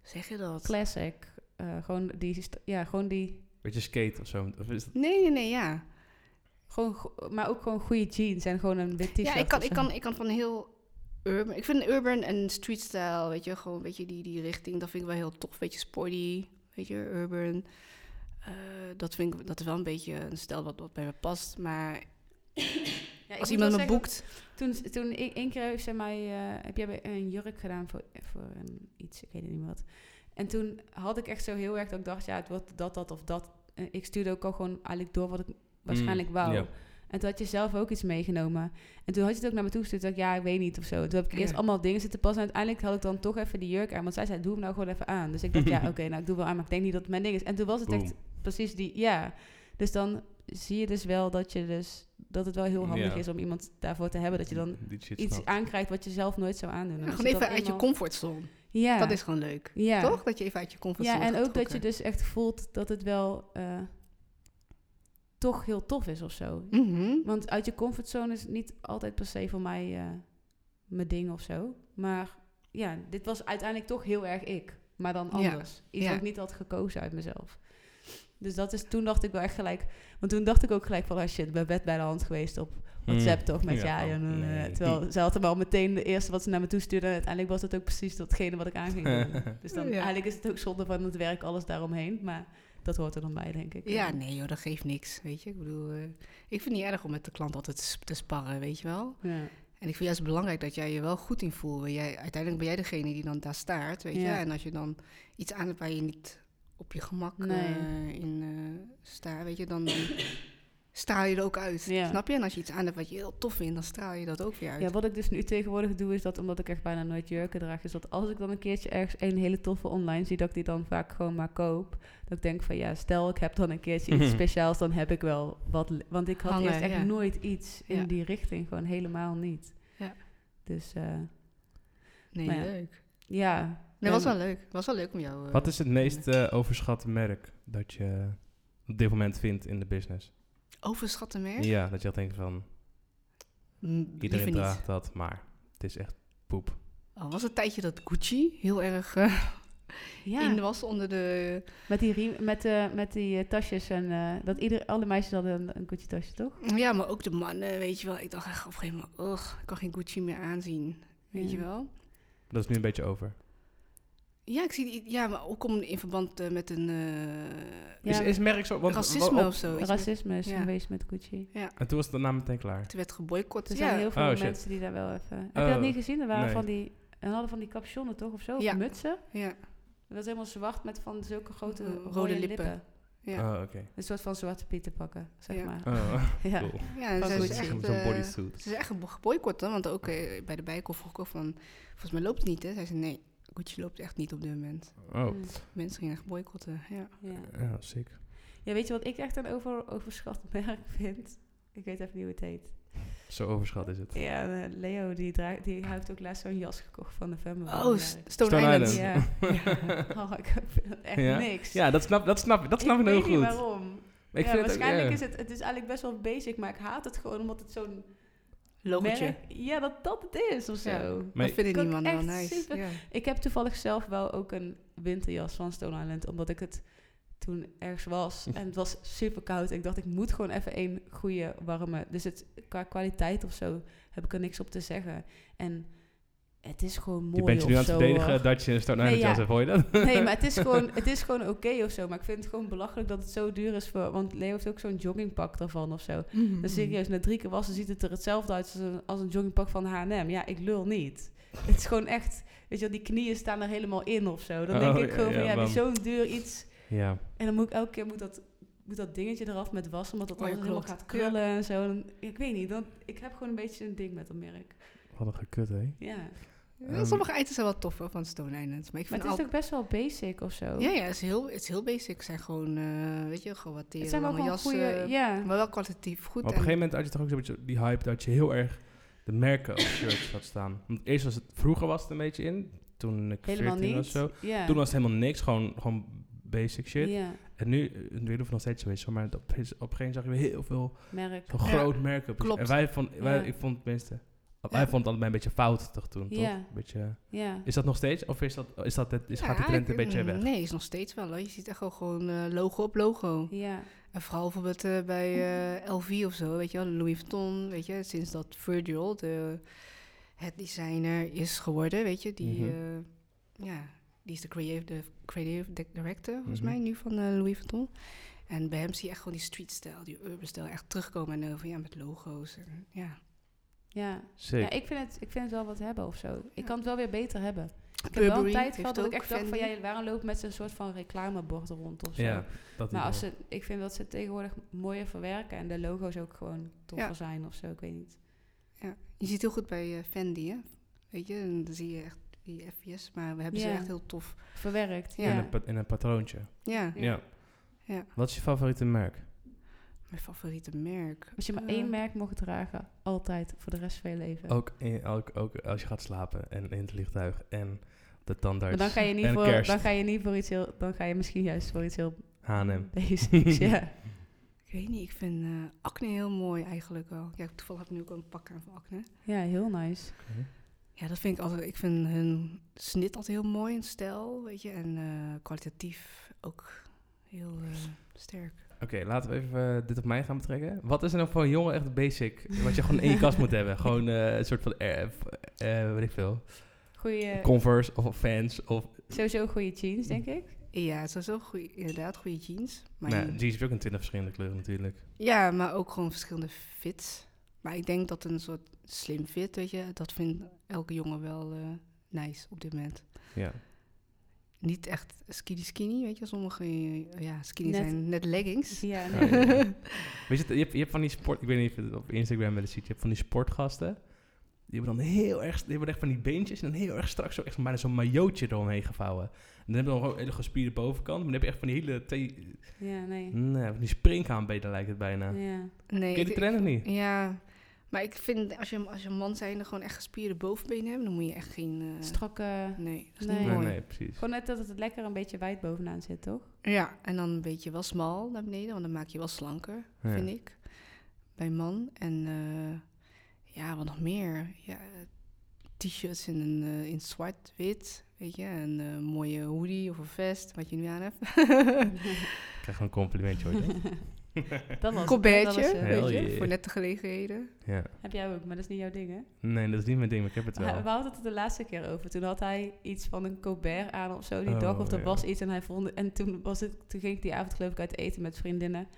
Speaker 1: Hoe zeg je dat?
Speaker 3: Classic. eh, gewoon, die, st- ja, gewoon die...
Speaker 2: Beetje skate of zo. Of is dat-
Speaker 1: Nee, nee, nee, ja.
Speaker 3: Gewoon, go- maar ook gewoon goede jeans en gewoon een wit t-shirt.
Speaker 1: Ja, ik kan,
Speaker 3: of
Speaker 1: ik,
Speaker 3: zo.
Speaker 1: kan, ik kan van heel urban. Ik vind urban en street style, weet je, gewoon een beetje die, die richting, dat vind ik wel heel tof. Beetje sporty, weet je, urban. Eh, dat vind ik, dat is wel een beetje een stijl wat, wat bij me past. Maar
Speaker 3: Ja,
Speaker 1: als
Speaker 3: ik
Speaker 1: iemand
Speaker 3: moet wel
Speaker 1: me
Speaker 3: zeggen,
Speaker 1: boekt,
Speaker 3: Toen, toen ik, één keer heeft zij mij, eh, heb jij een jurk gedaan voor, voor een, iets, ik weet het niet meer wat. En toen had ik echt zo heel erg dat ik dacht, ja, het wordt dat, dat of dat. En ik stuurde ook al gewoon eigenlijk door wat ik waarschijnlijk
Speaker 2: Mm,
Speaker 3: wou.
Speaker 2: ja.
Speaker 3: En toen had je zelf ook iets meegenomen. En toen had je het ook naar me toe gestuurd. Dacht ik, ja, ik weet niet of zo. Toen heb ik eerst
Speaker 1: Ja.
Speaker 3: allemaal dingen zitten passen. En uiteindelijk had ik dan toch even die jurk aan. Want zij zei, doe hem nou gewoon even aan. Dus ik dacht, ja, oké, nou, ik doe wel aan. Maar ik denk niet dat het mijn ding is. En toen was het echt precies die, ja. Dus dan zie je dus wel dat, je dus, dat het wel heel handig
Speaker 2: Ja.
Speaker 3: is om iemand daarvoor te hebben. Dat je dan
Speaker 2: Die shit
Speaker 3: iets
Speaker 2: snapt.
Speaker 3: aankrijgt wat je zelf nooit zou aandoen.
Speaker 1: ja,
Speaker 3: Dan is
Speaker 1: gewoon
Speaker 3: het
Speaker 1: even
Speaker 3: dan
Speaker 1: uit je
Speaker 3: eenmaal-
Speaker 1: comfortzone.
Speaker 3: Ja.
Speaker 1: Dat is gewoon leuk.
Speaker 3: ja.
Speaker 1: Toch? Dat je even uit je comfortzone
Speaker 3: Ja, en
Speaker 1: gaat
Speaker 3: ook dat je
Speaker 1: trokken.
Speaker 3: dus echt voelt dat het wel eh, toch heel tof is of zo.
Speaker 1: Mhm.
Speaker 3: Want uit je comfortzone is niet altijd per se voor mij eh, mijn ding of zo. Maar ja, dit was uiteindelijk toch heel erg ik. Maar dan
Speaker 1: Ja.
Speaker 3: anders. Iets
Speaker 1: Ja.
Speaker 3: wat ik niet had gekozen uit mezelf. Dus dat is, toen dacht ik wel echt gelijk... Want toen dacht ik ook gelijk van... Ah shit, mijn bed bij de hand geweest op WhatsApp toch met ja.
Speaker 2: Mm. oh,
Speaker 3: en, eh,
Speaker 2: nee.
Speaker 3: terwijl ze had hem al meteen de eerste wat ze naar me toe stuurde. En uiteindelijk was dat ook precies datgene wat ik aan ging doen. dus dan
Speaker 1: Ja.
Speaker 3: eigenlijk is het ook zonde van het werk, alles daaromheen. Maar dat hoort er dan bij, denk ik.
Speaker 1: Ja,
Speaker 3: Eh,
Speaker 1: nee joh, dat geeft niks, weet je. Ik bedoel, eh, ik vind het niet erg om met de klant altijd te sp- te sparren, weet je wel.
Speaker 3: ja.
Speaker 1: En ik vind juist belangrijk dat jij je wel goed in voelt. Want jij, uiteindelijk ben jij degene die dan daar staat, weet je.
Speaker 3: Ja.
Speaker 1: En als je dan iets aan hebt waar je niet op je gemak eh,
Speaker 3: Nee.
Speaker 1: in eh, staat, weet je, dan, dan straal je er ook uit.
Speaker 3: Ja.
Speaker 1: Snap je? En als je iets aan hebt wat je heel tof vindt, dan straal je dat ook weer uit.
Speaker 3: Ja, wat ik dus nu tegenwoordig doe is dat omdat ik echt bijna nooit jurken draag, is dat als ik dan een keertje ergens een hele toffe online zie, dat ik die dan vaak gewoon maar koop. Dat ik denk van ja, stel ik heb dan een keertje iets
Speaker 2: Mhm.
Speaker 3: speciaals, dan heb ik wel wat. le- Want ik had
Speaker 1: Hangen,
Speaker 3: eerst echt
Speaker 1: ja.
Speaker 3: nooit iets in
Speaker 1: Ja.
Speaker 3: die richting, gewoon helemaal niet.
Speaker 1: Ja.
Speaker 3: Dus eh,
Speaker 1: nee,
Speaker 3: maar ja.
Speaker 1: leuk.
Speaker 3: ja.
Speaker 1: Nee,
Speaker 3: En-
Speaker 1: was wel leuk. Was wel leuk om jou... eh,
Speaker 2: Wat is het meest eh, overschatte merk dat je op dit moment vindt in de business?
Speaker 1: Overschatte merk?
Speaker 2: Ja, dat je echt denkt van,
Speaker 1: Mm, liever
Speaker 2: iedereen
Speaker 1: niet.
Speaker 2: draagt dat, maar het is echt poep.
Speaker 1: Al Oh, was een tijdje dat Gucci heel erg eh,
Speaker 3: Ja,
Speaker 1: in was onder de...
Speaker 3: met die, riem, met, eh, met die eh, tasjes en eh, dat ieder, alle meisjes hadden een, een Gucci tasje, toch?
Speaker 1: Ja, maar ook de mannen, weet je wel. Ik dacht echt op een gegeven moment, ugh, ik kan geen Gucci meer aanzien. Weet
Speaker 3: Ja.
Speaker 1: je wel?
Speaker 2: Dat is nu een beetje over.
Speaker 1: Ja, ik zie die, ja, maar ook om in verband eh, met een eh,
Speaker 2: is,
Speaker 3: Ja,
Speaker 2: is merk zo... Want,
Speaker 1: racisme
Speaker 2: wa- op-
Speaker 1: of zo. weet je.
Speaker 3: Racisme is
Speaker 1: Ja.
Speaker 3: geweest met Gucci.
Speaker 2: en toen was het daarna meteen klaar.
Speaker 1: Het werd geboycott.
Speaker 3: Er zijn
Speaker 1: ja.
Speaker 3: heel veel
Speaker 2: Oh, shit.
Speaker 3: mensen die daar wel even... Heb je
Speaker 2: Oh,
Speaker 3: dat niet gezien? Er waren
Speaker 2: nee.
Speaker 3: van die... En hadden van die capuchonnen toch of zo? Of
Speaker 1: Ja.
Speaker 3: mutsen?
Speaker 1: ja,
Speaker 3: Dat was helemaal zwart met van zulke grote
Speaker 1: Eh,
Speaker 3: rode,
Speaker 1: rode
Speaker 3: lippen.
Speaker 1: lippen. ja.
Speaker 2: Oh, oké.
Speaker 3: Een soort van zwarte pieten pakken, zeg
Speaker 1: Ja.
Speaker 3: maar.
Speaker 2: Oh,
Speaker 3: ja.
Speaker 2: cool.
Speaker 1: ja, en
Speaker 3: Van
Speaker 1: ze
Speaker 2: Zo'n
Speaker 1: is
Speaker 3: Gucci.
Speaker 1: echt,
Speaker 2: zo'n
Speaker 1: eh,
Speaker 2: bodysuit.
Speaker 1: ze is echt gebo- geboycott, hè, want ook eh, bij de bijkoop vroeg ik ook van, volgens mij loopt het niet, hè? Zij zei, nee, Gucci loopt echt niet op dit moment.
Speaker 2: Oh,
Speaker 3: Mm,
Speaker 1: Mensen gingen echt boycotten, ja.
Speaker 3: Ja.
Speaker 2: ja, sick.
Speaker 3: ja, weet je wat ik echt een over, overschat merk vind? Ik weet even niet hoe het heet.
Speaker 2: Zo overschat is het.
Speaker 3: Ja, eh, Leo, die, draagt, die heeft ook laatst zo'n jas gekocht van de Family.
Speaker 1: Oh, S- Stone,
Speaker 2: Stone
Speaker 1: Island.
Speaker 2: Island.
Speaker 3: Ja. Oh, ik vind dat echt
Speaker 2: Ja?
Speaker 3: niks.
Speaker 2: Ja, dat snap, dat snap, dat snap ik,
Speaker 3: ik
Speaker 2: heel
Speaker 3: weet
Speaker 2: goed.
Speaker 3: niet waarom.
Speaker 2: Ik
Speaker 3: ja,
Speaker 2: vind het ook-
Speaker 3: waarschijnlijk
Speaker 2: ja.
Speaker 3: is het... Het is eigenlijk best wel basic, maar ik haat het gewoon omdat het zo'n...
Speaker 1: Logotje.
Speaker 3: merk- Ja, dat dat het is of
Speaker 1: Ja.
Speaker 3: zo.
Speaker 2: Maar-
Speaker 1: Dat vinden
Speaker 3: Kan
Speaker 1: die
Speaker 3: ik
Speaker 1: mannen wel
Speaker 3: echt
Speaker 1: nice.
Speaker 3: super-
Speaker 1: Ja.
Speaker 3: Ik heb toevallig zelf wel ook een winterjas van Stone Island, omdat ik het toen ergens was. en het was super koud. Ik dacht, ik moet gewoon even één goede warme. Dus het, qua kwaliteit of zo heb ik er niks op te zeggen. En het is gewoon mooi.
Speaker 2: Je bent je nu
Speaker 3: of
Speaker 2: aan het
Speaker 3: zo,
Speaker 2: verdedigen
Speaker 3: hoor.
Speaker 2: dat je start naar
Speaker 3: Nee,
Speaker 2: de
Speaker 3: ja.
Speaker 2: Chelsea, hoor je dat?
Speaker 3: Nee, maar het is gewoon, het is gewoon oké of zo. Maar ik vind het gewoon belachelijk dat het zo duur is. Voor, want Leo heeft ook zo'n joggingpak daarvan of zo. Dus
Speaker 1: Mhm.
Speaker 3: serieus, na drie keer wassen ziet het er hetzelfde uit als een, als een joggingpak van H&M. Ja, ik lul niet. Het is gewoon echt... Weet je wel, die knieën staan er helemaal in of zo. Dan denk
Speaker 2: Oh,
Speaker 3: ik
Speaker 2: ja,
Speaker 3: gewoon van,
Speaker 2: ja,
Speaker 3: ja, die
Speaker 2: bam.
Speaker 3: zo'n duur iets...
Speaker 2: Ja.
Speaker 3: En dan moet ik elke keer moet dat, moet dat dingetje eraf met wassen, omdat dat
Speaker 1: Oh ja,
Speaker 3: alles helemaal
Speaker 1: klopt.
Speaker 3: gaat krullen en zo. Dan, ik weet niet, dan, ik heb gewoon een beetje een ding met dat merk.
Speaker 2: Wat een gekut, hè?
Speaker 3: Ja.
Speaker 2: Ehm.
Speaker 1: Sommige items zijn wel tof hoor, van Stone Island. Maar ik
Speaker 3: Maar
Speaker 1: vind
Speaker 3: het is
Speaker 1: al...
Speaker 3: ook best wel basic of zo.
Speaker 1: Ja, ja, het is heel, het is heel basic. Het zijn gewoon, eh, weet je, gewatteerde
Speaker 3: het zijn wel
Speaker 1: lange
Speaker 3: gewoon
Speaker 1: jassen.
Speaker 3: goede... Ja.
Speaker 1: Maar wel kwalitatief goed.
Speaker 2: Maar op een gegeven moment had je toch ook zo'n beetje die hype dat je heel erg de merken op shirts had staan. Want eerst was het, vroeger was het een beetje in, toen ik
Speaker 3: Helemaal
Speaker 2: 14
Speaker 3: niet.
Speaker 2: was of zo.
Speaker 3: Ja.
Speaker 2: Toen was het helemaal niks, gewoon, gewoon basic shit.
Speaker 3: Ja,
Speaker 2: En nu, eh, ik weet niet of het nog steeds zo is, hoor, maar op, op een gegeven moment zag je weer heel veel
Speaker 3: merk.
Speaker 2: zo'n
Speaker 1: Ja,
Speaker 2: groot merken. op.
Speaker 1: klopt.
Speaker 2: En wij vond, wij,
Speaker 3: Ja.
Speaker 2: ik vond tenminste, wij vonden het allebei een beetje fout toch toen,
Speaker 3: Ja.
Speaker 2: toch? Een Beetje, eh,
Speaker 3: Ja.
Speaker 2: is dat nog steeds? Of is dat, is dat, het- is, gaat die
Speaker 1: het
Speaker 2: trend een
Speaker 3: mm.
Speaker 2: beetje weg?
Speaker 1: mm, Nee, is nog steeds wel. Hoor. Je ziet echt wel gewoon eh, logo op logo.
Speaker 3: Ja.
Speaker 1: En vooral bijvoorbeeld eh, bij eh, LV of zo, weet je wel, Louis Vuitton, weet je, sinds dat Virgil de, het designer is geworden, weet je, die,
Speaker 2: Mhm.
Speaker 1: eh, ja, die is de creative, creative di- director, volgens
Speaker 2: Mhm.
Speaker 1: mij, nu van eh, Louis Vuitton. En bij hem zie je echt gewoon die streetstijl, die urban stijl echt terugkomen en eh, van, ja, met logo's en ja.
Speaker 3: Ja.
Speaker 2: Sick.
Speaker 3: Ja, ik vind, het, ik vind het wel wat hebben of zo. Ik
Speaker 1: Ja.
Speaker 3: kan het wel weer beter hebben. Ik heb wel
Speaker 1: Burberry
Speaker 3: een tijd
Speaker 1: heeft
Speaker 3: gehad dat ik
Speaker 1: ook
Speaker 3: echt dacht van...
Speaker 1: Fendi.
Speaker 3: Ja, waarom lopen met zo'n soort van reclamebord er rond of zo?
Speaker 2: Ja, dat
Speaker 3: Maar
Speaker 2: is
Speaker 3: als ze, ik vind dat ze het tegenwoordig mooier verwerken en de logo's ook gewoon toffer
Speaker 1: Ja.
Speaker 3: zijn of zo, ik weet niet.
Speaker 1: Ja, je ziet heel goed bij eh, Fendi, hè? Weet je, en dan zie je echt die FVS, maar we hebben ze
Speaker 3: Ja.
Speaker 1: echt heel tof.
Speaker 3: Verwerkt,
Speaker 1: Ja.
Speaker 3: ja.
Speaker 2: In, een, pat- in een patroontje.
Speaker 1: Ja,
Speaker 3: Ja.
Speaker 2: Ja.
Speaker 1: Ja.
Speaker 2: Wat is je favoriete merk?
Speaker 1: mijn favoriete merk.
Speaker 3: Als je maar
Speaker 1: Eh,
Speaker 3: één merk mocht dragen, altijd, voor de rest van je leven.
Speaker 2: Ook, in, ook, ook als je gaat slapen en in het vliegtuig en de tandarts.
Speaker 3: maar dan ga, je niet
Speaker 2: en
Speaker 3: voor,
Speaker 2: kerst.
Speaker 3: dan ga je niet voor iets heel... Dan ga je misschien juist voor iets heel
Speaker 2: H&M.
Speaker 3: basics, ja.
Speaker 1: Ik weet niet, ik vind eh, acne heel mooi eigenlijk wel. Ja, toevallig heb ik nu ook een pak aan van acne.
Speaker 3: Ja, heel nice.
Speaker 1: Ja, dat vind ik altijd. Ik vind hun snit altijd heel mooi in stijl, weet je. En eh, kwalitatief ook heel eh, sterk.
Speaker 2: Oké, laten we even eh, dit op mij gaan betrekken. Wat is er nou voor een jongen echt basic? Wat je gewoon in je kast moet hebben. Gewoon eh, een soort van, eh, f- eh, weet ik veel.
Speaker 3: Goeie,
Speaker 2: Converse of fans of...
Speaker 3: sowieso goede jeans, denk ik.
Speaker 1: Ja, het is sowieso goeie, inderdaad goede jeans. Maar
Speaker 2: nou, jeans heb je ook in twintig verschillende kleuren natuurlijk.
Speaker 1: Ja, maar ook gewoon verschillende fits. Maar ik denk dat een soort slim fit, weet je, dat vindt elke jongen wel eh, nice op dit moment.
Speaker 2: Ja.
Speaker 1: Niet echt skinny skinny, weet je. Sommige eh, ja, skinny
Speaker 3: Net-
Speaker 1: zijn net leggings.
Speaker 3: Ja,
Speaker 2: Ja, ja, ja. Weet je, het- je hebt, je hebt van die sport... Ik weet niet of je het op Instagram wel eens ziet. Je hebt van die sportgasten. Die hebben dan heel erg... Die hebben echt van die beentjes. En dan heel erg strak zo echt bijna zo'n majootje eromheen gevouwen. En dan hebben we nog een hele gespierde bovenkant. Maar dan heb je echt van die hele... Te,
Speaker 3: ja nee.
Speaker 2: nee, van die springhaanbenen lijkt het bijna. Ken
Speaker 3: Ja.
Speaker 1: Nee,
Speaker 2: je
Speaker 1: ik-
Speaker 2: die trend of niet?
Speaker 1: Ja, maar ik vind als je, als je man zijnde gewoon echt gespierde bovenbenen hebt, dan moet je echt geen... eh,
Speaker 3: Strakke...
Speaker 1: Nee, dat is
Speaker 3: Nee.
Speaker 1: niet
Speaker 2: Nee,
Speaker 1: mooi.
Speaker 2: nee, precies.
Speaker 3: Gewoon net dat het lekker een beetje wijd bovenaan zit, toch?
Speaker 1: Ja, en dan een beetje wel smal naar beneden, want dan maak je wel slanker,
Speaker 2: Ja.
Speaker 1: vind ik. Bij man. En eh, ja, wat nog meer? Ja, t-shirts in, een, eh, in zwart-wit, weet je. Een eh, mooie hoodie of een vest, wat je nu aan hebt.
Speaker 2: Ik krijg gewoon een complimentje hoor. Jan.
Speaker 3: Dat was dat
Speaker 1: Colbertje,
Speaker 3: was het.
Speaker 2: Hell
Speaker 1: weet je,
Speaker 2: yeah.
Speaker 1: voor nette gelegenheden.
Speaker 2: ja.
Speaker 3: Heb jij ook, maar dat is niet jouw ding, hè?
Speaker 2: Nee, dat is niet mijn ding, maar ik heb het
Speaker 3: We
Speaker 2: wel.
Speaker 3: hadden het er de laatste keer over. Toen had hij iets van een Colbert aan of zo die
Speaker 2: Oh,
Speaker 3: dag. Of er
Speaker 2: ja.
Speaker 3: was iets en hij vond... En toen, was het, toen ging ik die avond geloof ik uit eten met vriendinnen.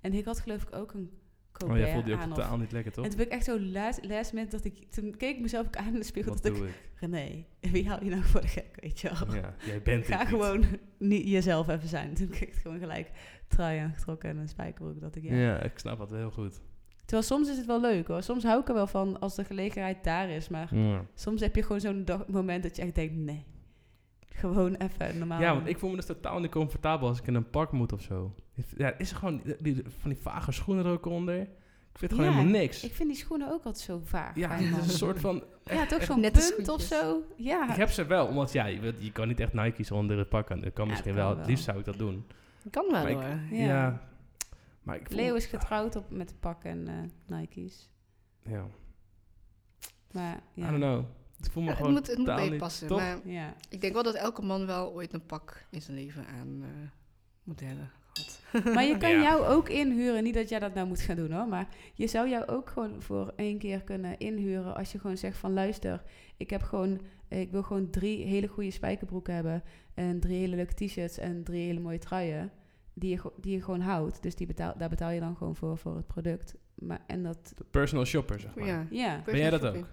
Speaker 3: En ik had geloof ik ook een
Speaker 2: Oh,
Speaker 3: Colbert
Speaker 2: jij voelt die ook
Speaker 3: aan. Of,
Speaker 2: totaal niet lekker, toch?
Speaker 3: en toen ben ik echt zo last, last minute dat ik... Toen keek ik mezelf ook aan in de spiegel.
Speaker 2: Wat
Speaker 3: dat ik...
Speaker 2: doe ik?
Speaker 3: René, wie hou je nou voor de gek, weet je wel?
Speaker 2: Ja, jij bent dit
Speaker 3: Ga
Speaker 2: niet.
Speaker 3: gewoon niet jezelf even zijn. Toen kreeg ik gewoon gelijk trui aangetrokken en een spijkerbroek. Dat ik, ja.
Speaker 2: Ja. ik snap dat heel goed.
Speaker 3: Terwijl soms is het wel leuk hoor. Soms hou ik er wel van als de gelegenheid daar is. Maar
Speaker 2: Ja.
Speaker 3: soms heb je gewoon zo'n dag- moment dat je echt denkt, nee. Gewoon even normaal.
Speaker 2: Ja, want ik voel me dus totaal niet comfortabel als ik in een park moet of zo. Ja, is er gewoon die- die- van die vage schoenen er ook onder? Ik vind gewoon
Speaker 3: Ja,
Speaker 2: helemaal niks.
Speaker 3: Ik vind die schoenen ook altijd zo vaag.
Speaker 2: ja,
Speaker 3: bij
Speaker 2: het is
Speaker 3: mannen.
Speaker 2: een soort van...
Speaker 3: ja, toch zo'n
Speaker 1: nette
Speaker 3: punt
Speaker 1: schoentjes.
Speaker 3: of zo. Ja.
Speaker 2: Ik heb ze wel, omdat ja, je, weet- je kan niet echt Nike's onder het pak aan. Dat kan
Speaker 3: Ja,
Speaker 2: misschien
Speaker 3: dat
Speaker 2: wel.
Speaker 3: kan wel.
Speaker 2: Het liefst zou ik dat doen.
Speaker 1: Kan wel
Speaker 2: Maar ik-
Speaker 1: hoor.
Speaker 3: Ja.
Speaker 2: Maar ik voel...
Speaker 3: Leo is getrouwd op, met pakken en eh, Nike's.
Speaker 2: Ja.
Speaker 3: Maar
Speaker 2: I
Speaker 3: ja.
Speaker 2: don't know. Ik voel me
Speaker 1: Ja, het
Speaker 2: gewoon
Speaker 1: moet, het moet
Speaker 2: totaal
Speaker 1: bij je
Speaker 2: niet-
Speaker 1: passen.
Speaker 2: toch?
Speaker 1: Maar
Speaker 3: Ja.
Speaker 1: ik denk wel dat elke man wel ooit een pak in zijn leven aan eh, moet hebben.
Speaker 3: Maar je kan
Speaker 2: Ja.
Speaker 3: jou ook inhuren. Niet dat jij dat nou moet gaan doen hoor. Maar je zou jou ook gewoon voor één keer kunnen inhuren. Als je gewoon zegt van luister, ik heb gewoon. eh, Ik wil gewoon drie hele goede spijkerbroeken hebben. En drie hele leuke t-shirts en drie hele mooie truien. Die je, go- die je gewoon houdt. Dus die betaal, daar betaal je dan gewoon voor voor het product. Maar, en dat.
Speaker 2: De personal shopper, zeg maar.
Speaker 1: Ja.
Speaker 3: Ja.
Speaker 2: Ben jij dat
Speaker 1: Shopping.
Speaker 2: ook?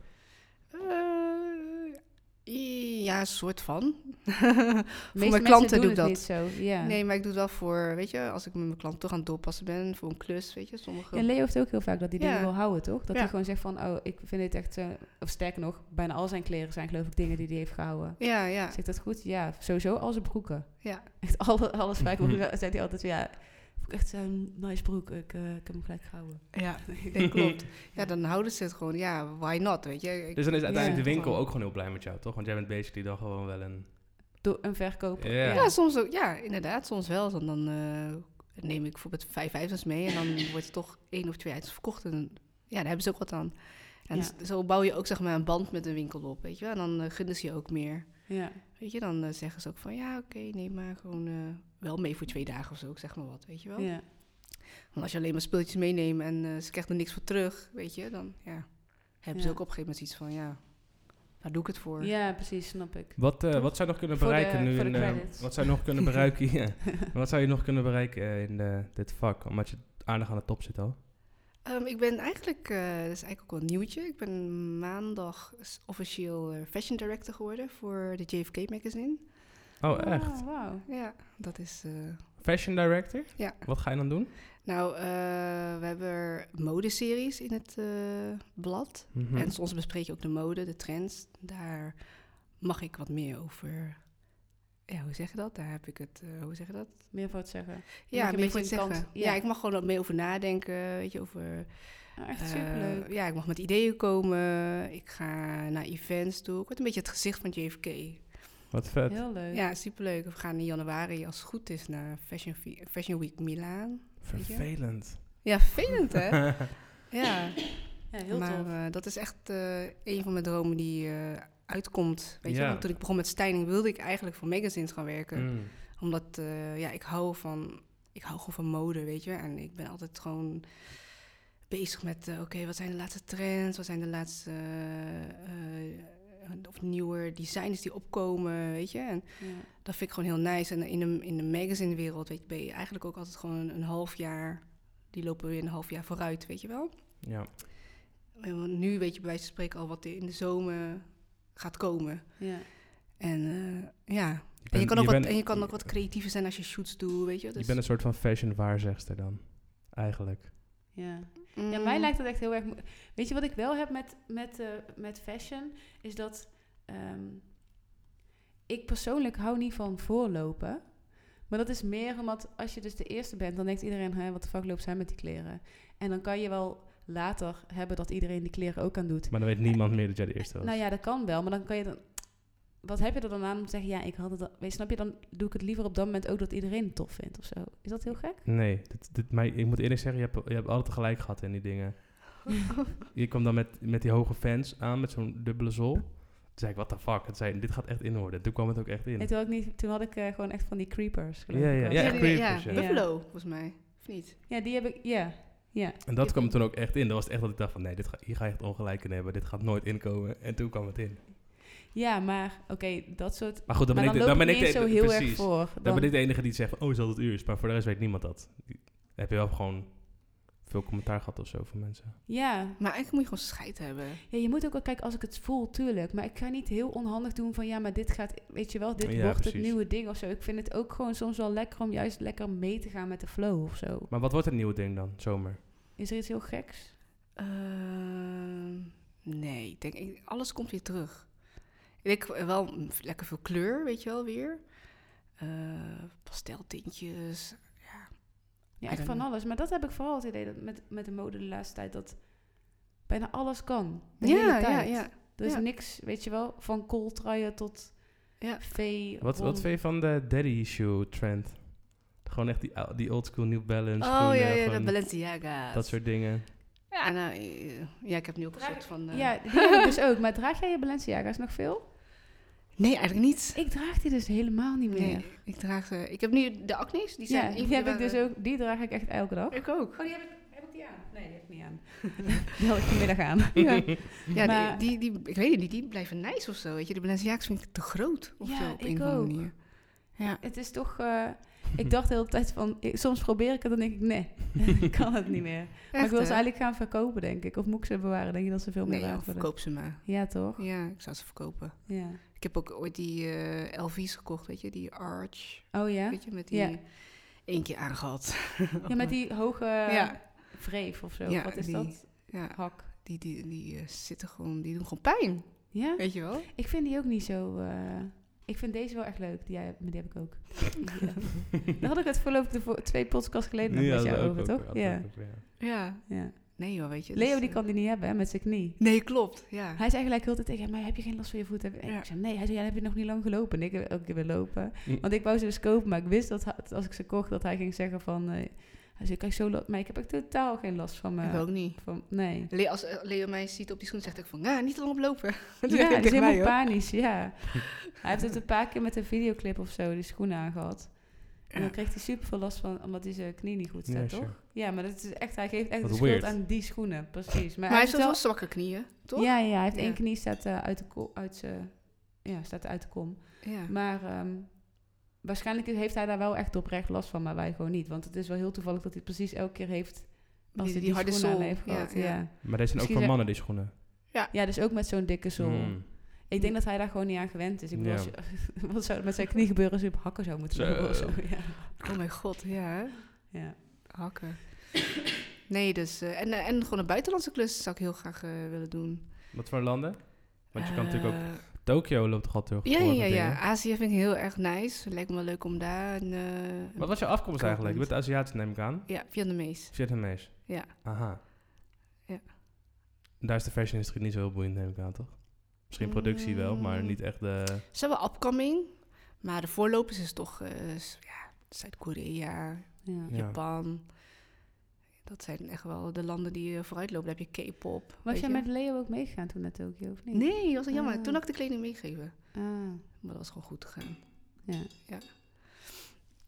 Speaker 1: Eh, ja, soort van.
Speaker 3: De
Speaker 1: mijn klanten doe ik dat.
Speaker 3: Niet zo. Ja.
Speaker 1: Nee, maar ik doe het wel voor, weet je, als ik met mijn klant toch aan het doorpassen ben voor een klus, weet je, sommige.
Speaker 3: Ja, Leo heeft ook heel vaak dat hij
Speaker 1: Ja.
Speaker 3: dingen wil houden, toch? Dat
Speaker 1: Ja.
Speaker 3: hij gewoon zegt van, oh, ik vind dit echt... eh, of sterker nog, bijna al zijn kleren zijn geloof ik dingen die hij heeft gehouden.
Speaker 1: ja, ja,
Speaker 3: Zegt dat goed? Ja, sowieso al zijn broeken.
Speaker 1: ja.
Speaker 3: Echt alle, alles spijkerbroeken, zei hij altijd. Ja, vond ik echt zo'n nice broek. Ik, eh, ik heb hem gelijk gehouden.
Speaker 1: Ja, dat klopt. Ja, dan houden ze het gewoon. Ja, why not, weet je? Ik-
Speaker 2: Dus dan is uiteindelijk
Speaker 3: Ja.
Speaker 2: de winkel ook gewoon heel blij met jou, toch? Want jij bent basically dan gewoon wel een...
Speaker 3: Door een verkoper.
Speaker 2: Ja.
Speaker 1: Ja, soms ook. Ja, inderdaad, soms wel. Dan, dan eh, neem ik bijvoorbeeld vijf items mee en dan wordt er toch één of twee items verkocht. En ja, daar hebben ze ook wat aan. En
Speaker 3: Ja.
Speaker 1: s- zo bouw je ook zeg maar een band met een winkel op, weet je wel. En dan eh, gunnen ze je ook meer.
Speaker 3: Ja.
Speaker 1: Weet je, dan eh, zeggen ze ook van ja, oké, neem maar gewoon eh, wel mee voor twee dagen of zo, ik zeg maar wat, weet je wel.
Speaker 3: ja.
Speaker 1: Want als je alleen maar speeltjes meeneemt en eh, ze krijgt er niks voor terug, weet je, dan ja, hebben ze
Speaker 3: Ja.
Speaker 1: ook op een gegeven moment iets van ja, waar doe ik het voor?
Speaker 3: Ja, precies, snap ik.
Speaker 2: Wat, eh,
Speaker 3: Toch?
Speaker 2: wat zou je nog kunnen
Speaker 3: Voor de-
Speaker 2: bereiken nu
Speaker 3: voor de
Speaker 2: in... eh,
Speaker 3: credits.
Speaker 2: wat zou je nog kunnen bereiken... ja. Wat zou je nog kunnen bereiken eh, in eh, dit vak? Omdat je aardig aan de top zit al.
Speaker 1: Ehm, ik ben eigenlijk, eh, dat is eigenlijk ook wel een nieuwtje, ik ben maandag s- officieel eh, fashion director geworden voor de JFK magazine.
Speaker 2: Oh, echt?
Speaker 3: Ah, wauw.
Speaker 1: Ja, dat is... eh,
Speaker 2: Fashion director?
Speaker 1: Ja.
Speaker 2: Wat ga je dan doen?
Speaker 1: nou, eh, we hebben modeseries in het eh, blad.
Speaker 2: Mhm.
Speaker 1: En soms bespreek je ook de mode, de trends. Daar mag ik wat meer over. Ja, hoe zeg je dat? Daar heb ik het. eh, hoe zeg je dat?
Speaker 3: Meer voor het zeggen.
Speaker 1: Ja, meer
Speaker 3: een beetje
Speaker 1: voor het
Speaker 3: een kant-
Speaker 1: zeggen. Ja.
Speaker 3: ja.
Speaker 1: ik mag gewoon wat meer over nadenken. Weet je, over.
Speaker 3: Ah, echt
Speaker 1: eh,
Speaker 3: superleuk.
Speaker 1: ja, ik mag met ideeën komen. Ik ga naar events toe. Ik word een beetje het gezicht van JFK.
Speaker 2: Wat vet.
Speaker 3: Heel leuk.
Speaker 1: Ja, superleuk. We gaan in januari, als het goed is, naar Fashion, Fe- Fashion Week Milaan. weet je.
Speaker 2: Vervelend.
Speaker 1: Ja, vervelend hè? ja.
Speaker 3: Ja, heel
Speaker 1: maar
Speaker 3: tof.
Speaker 1: eh, dat is echt eh, een van mijn dromen die eh, uitkomt. Weet je?
Speaker 2: Ja.
Speaker 1: Want toen ik begon met Steining wilde ik eigenlijk voor magazines gaan werken.
Speaker 2: Mm.
Speaker 1: Omdat eh, ja, ik hou van, ik hou gewoon van mode, weet je. En ik ben altijd gewoon bezig met, eh, oké, wat zijn de laatste trends? Wat zijn de laatste, eh, eh, of nieuwe designs die opkomen, weet je. En
Speaker 3: Ja.
Speaker 1: dat vind ik gewoon heel nice. En in de, in de magazinewereld, weet je, ben je eigenlijk ook altijd gewoon een, een half jaar... Die lopen weer een half jaar vooruit, weet je wel.
Speaker 2: Ja.
Speaker 1: Eh, Want nu weet je bij wijze van spreken al wat er in de zomer gaat komen.
Speaker 3: Ja.
Speaker 1: En eh, ja,
Speaker 2: Je
Speaker 1: en je,
Speaker 2: bent-
Speaker 1: kan ook
Speaker 2: bent-
Speaker 1: wat, en je kan ook wat creatiever zijn als je shoots doet, weet je.
Speaker 2: Je
Speaker 1: Dus,
Speaker 2: bent een soort van fashion waarzegster dan. Eigenlijk.
Speaker 3: ja.
Speaker 1: Mm,
Speaker 3: Ja, mij lijkt dat echt heel erg. mo- Weet je wat ik wel heb met, met, eh, met fashion? Is dat ehm, ik persoonlijk hou niet van voorlopen. Maar dat is meer omdat als je dus de eerste bent, dan denkt iedereen, hè, wat de fuck loopt zij met die kleren? En dan kan je wel later hebben dat iedereen die kleren ook aan doet.
Speaker 2: Maar dan weet niemand meer dat jij de eerste was.
Speaker 3: Nou ja, dat kan wel, maar dan kan je dan. Wat heb je er dan aan om te zeggen, ja, ik had het. al- Weet, je, snap je, dan doe ik het liever op dat moment ook dat iedereen het tof vindt of zo. Is dat heel gek?
Speaker 2: Nee, dit, dit, maar ik moet eerlijk zeggen, je hebt, je hebt altijd gelijk gehad in die dingen. je kwam dan met, met die hoge fans aan, met zo'n dubbele zool. Toen zei ik, what the fuck? Het zei, dit gaat echt in worden. Toen kwam het ook echt in.
Speaker 3: En toen had ik, niet, toen had ik eh, gewoon echt van die creepers. geloof
Speaker 2: Ja,
Speaker 3: ik
Speaker 2: ja,
Speaker 3: wel.
Speaker 2: ja,
Speaker 1: ja,
Speaker 2: echt
Speaker 1: ja,
Speaker 2: creepers,
Speaker 1: ja.
Speaker 3: ja.
Speaker 1: Buffalo, volgens mij. Of niet?
Speaker 3: Ja, die heb ik. Ja, ja.
Speaker 2: En dat kwam toen ook echt in. Dat was echt dat ik dacht van, nee, dit ga, hier ga je echt ongelijk in hebben. Dit gaat nooit inkomen. En toen kwam het in.
Speaker 3: Ja, maar oké, dat soort.
Speaker 2: Maar goed, dan
Speaker 3: maar
Speaker 2: ben
Speaker 3: dan
Speaker 2: ik, de- dan ben
Speaker 3: loop ik niet
Speaker 2: ik
Speaker 3: eens
Speaker 2: de-
Speaker 3: zo heel erg
Speaker 2: precies.
Speaker 3: voor.
Speaker 2: Dan ben
Speaker 3: Dan-
Speaker 2: ik de enige die zegt van, oh, is dat het uur? is? Maar voor de rest weet niemand dat. Die- Dan heb je wel gewoon veel commentaar gehad of zo van mensen.
Speaker 3: ja.
Speaker 1: Maar eigenlijk moet je gewoon scheid hebben.
Speaker 3: ja, je moet ook wel kijken als ik het voel, tuurlijk. Maar ik ga niet heel onhandig doen van ja, maar dit gaat, weet je wel, dit
Speaker 2: Ja,
Speaker 3: wordt het
Speaker 2: precies.
Speaker 3: nieuwe ding of zo. Ik vind het ook gewoon soms wel lekker om juist lekker mee te gaan met de flow of zo.
Speaker 2: Maar wat wordt het nieuwe ding dan, zomer?
Speaker 3: Is er iets heel geks?
Speaker 1: Ehm, nee, ik denk, ik- alles komt weer terug. Ik denk wel mm, lekker veel kleur, weet je wel, weer. Eh, pasteltintjes.
Speaker 3: Ja,
Speaker 1: I
Speaker 3: echt
Speaker 1: don't
Speaker 3: van
Speaker 1: know.
Speaker 3: alles. Maar dat heb ik vooral het idee dat met, met de mode de laatste tijd dat bijna alles kan. De hele
Speaker 1: ja,
Speaker 3: tijd.
Speaker 1: ja, ja.
Speaker 3: Er is
Speaker 1: ja.
Speaker 3: niks, weet je wel, van kooltruien tot
Speaker 1: Ja.
Speaker 3: vee.
Speaker 2: Wat,
Speaker 3: rond-
Speaker 2: wat vind je van de daddy shoe trend? Gewoon echt die, ou- die old school New
Speaker 1: Oh
Speaker 2: Balance.
Speaker 1: ja,
Speaker 2: schoenen,
Speaker 1: ja, de
Speaker 2: gewoon
Speaker 1: Balenciaga.
Speaker 2: dat soort dingen.
Speaker 1: Ja, nou, eh, ja, ik heb nu ook een
Speaker 3: Draag-
Speaker 1: soort van... eh,
Speaker 3: Ja, die heb ik dus ook. Maar draag jij je Balenciaga's nog veel?
Speaker 1: Nee, eigenlijk niet.
Speaker 3: Ik draag die dus helemaal niet meer.
Speaker 1: Nee, ik draag ze. Ik heb nu de acne's. Die zijn
Speaker 3: ja, die, heb ik dus ook, die draag ik echt elke dag.
Speaker 1: Ik ook.
Speaker 3: Oh, die heb ik, heb ik die aan? Nee, die heb ik niet aan. die had ik vanmiddag aan. ja,
Speaker 1: Ja,
Speaker 3: Maar-
Speaker 1: die, die, die, ik weet het niet. Die blijven nice of zo. Weet je, de Balenciaga's vind ik te groot of
Speaker 3: Ja,
Speaker 1: zo op
Speaker 3: ik
Speaker 1: een of andere
Speaker 3: ook.
Speaker 1: manier. Ja.
Speaker 3: het is toch... eh, ik dacht de hele tijd van... ik- soms probeer ik het, dan denk ik, nee, ik kan het niet meer. maar ik wil ze eigenlijk gaan verkopen, denk ik. Of moet ik ze bewaren? Denk je dat ze veel meer
Speaker 1: Nee,
Speaker 3: waard
Speaker 1: joh,
Speaker 3: worden?
Speaker 1: verkoop ze maar.
Speaker 3: Ja, toch?
Speaker 1: Ja, ik zou ze verkopen.
Speaker 3: Ja.
Speaker 1: Ik heb ook ooit die eh LV's gekocht, weet je, die Arch.
Speaker 3: Oh ja?
Speaker 1: Weet je, met die
Speaker 3: Ja.
Speaker 1: één keer aangehad.
Speaker 3: Ja, met die hoge
Speaker 1: Ja.
Speaker 3: wreef of zo.
Speaker 1: Ja,
Speaker 3: Wat is
Speaker 1: die-
Speaker 3: dat?
Speaker 1: Ja,
Speaker 3: Hak.
Speaker 1: die, die, die eh, zitten gewoon, die doen gewoon pijn.
Speaker 3: Ja?
Speaker 1: Weet je wel?
Speaker 3: Ik vind die ook niet zo... eh, ik vind deze wel echt leuk. Die, jij- die heb ik ook. Ja. Daar had ik het voorlopig de voor- twee podcasts geleden nog met jou over, toch? Ja.
Speaker 1: Ja,
Speaker 3: ja.
Speaker 1: nee joh, weet je. dat
Speaker 3: Leo
Speaker 1: is,
Speaker 3: die
Speaker 1: eh,
Speaker 3: kan die niet hebben, hè, met zijn knie.
Speaker 1: Nee, klopt, ja.
Speaker 3: Hij zei gelijk heel de tijd tegen mij, heb je geen last van je voeten? En
Speaker 1: Ja.
Speaker 3: Ik zei, nee. Hij zei, ja, dan heb je nog niet lang gelopen. En ik heb elke keer weer lopen. Want ik wou ze dus kopen, maar ik wist dat hij- dat als ik ze kocht, dat hij ging zeggen van... eh, hij zei, kijk, zo last. Maar ik heb ook totaal geen last van
Speaker 1: Ik
Speaker 3: me.
Speaker 1: ook niet.
Speaker 3: Van, nee.
Speaker 1: Le- als eh, Leo mij ziet op die schoen, zegt ik van, ja, niet te lang oplopen. Dat
Speaker 3: Ja, het is helemaal
Speaker 1: pijn.
Speaker 3: panisch, ja. Hij heeft het een paar keer met een videoclip of zo, die schoenen aangehad. En dan kreeg hij super veel last van, omdat hij zijn knie niet goed
Speaker 2: Ja,
Speaker 3: staat, toch?
Speaker 2: sure.
Speaker 3: Ja, maar dat is echt, hij geeft echt
Speaker 2: Wat
Speaker 3: de schuld
Speaker 2: weird.
Speaker 3: aan die schoenen, precies. Maar,
Speaker 1: Maar hij heeft
Speaker 3: heeft
Speaker 1: wel
Speaker 3: wel-
Speaker 1: zwakke knieën, toch?
Speaker 3: Ja, ja, hij heeft
Speaker 1: Ja.
Speaker 3: één knie staat eh, uit de ko- uit zijn- ja, staat uit de kom.
Speaker 1: Ja.
Speaker 3: Maar ehm, waarschijnlijk heeft hij daar wel echt oprecht last van, maar wij gewoon niet. Want het is wel heel toevallig dat hij het precies elke keer heeft als hij die, harde schoenen aan heeft gehad. Ja,
Speaker 1: Ja,
Speaker 3: ja.
Speaker 2: Maar deze zijn ook
Speaker 3: Misschien
Speaker 2: voor
Speaker 3: zijn-
Speaker 2: mannen, die schoenen.
Speaker 3: dus ook met zo'n dikke zool.
Speaker 2: Mm.
Speaker 3: Ik denk dat hij daar gewoon niet aan gewend is. Ik bedoel,
Speaker 2: Ja.
Speaker 3: als je- wat zou er met zijn knie gebeuren als hij op hakken zou moeten
Speaker 2: Zo.
Speaker 3: lopen of zo? Ja.
Speaker 1: Oh mijn god, ja. hè?
Speaker 3: ja.
Speaker 1: Hakken. Nee, dus... eh, en, eh, en gewoon een buitenlandse klus zou ik heel graag eh, willen doen.
Speaker 2: Wat voor landen? Want je kan natuurlijk ook...
Speaker 1: Eh,
Speaker 2: Tokio loopt toch al terug?
Speaker 1: Ja, ja, ja, ja. Azië vind ik heel erg nice. Lijkt me wel leuk om daar een... eh,
Speaker 2: Wat was je afkomst eigenlijk? Je bent Aziatisch, neem ik aan.
Speaker 1: Ja, Vietnamees.
Speaker 2: Vietnamees.
Speaker 1: Ja.
Speaker 2: Aha.
Speaker 1: Ja.
Speaker 2: Daar is de fashion industrie niet zo heel boeiend, neem ik aan, toch? Misschien productie wel, maar
Speaker 1: Mm.
Speaker 2: niet echt de...
Speaker 1: Ze hebben upcoming, maar de voorlopers is toch eh, s- ja, Zuid-Korea,
Speaker 3: Ja.
Speaker 2: Ja.
Speaker 1: Japan. Dat zijn echt wel de landen die eh, vooruit lopen. Dan heb je K-pop.
Speaker 3: Was
Speaker 1: weet
Speaker 3: jij
Speaker 1: je.
Speaker 3: met Leo ook meegegaan toen naar Tokio of niet?
Speaker 1: Nee, dat was wel jammer.
Speaker 3: Ah.
Speaker 1: Toen had ik de kleding meegegeven.
Speaker 3: Ah,
Speaker 1: Maar dat was gewoon goed gegaan.
Speaker 3: ja.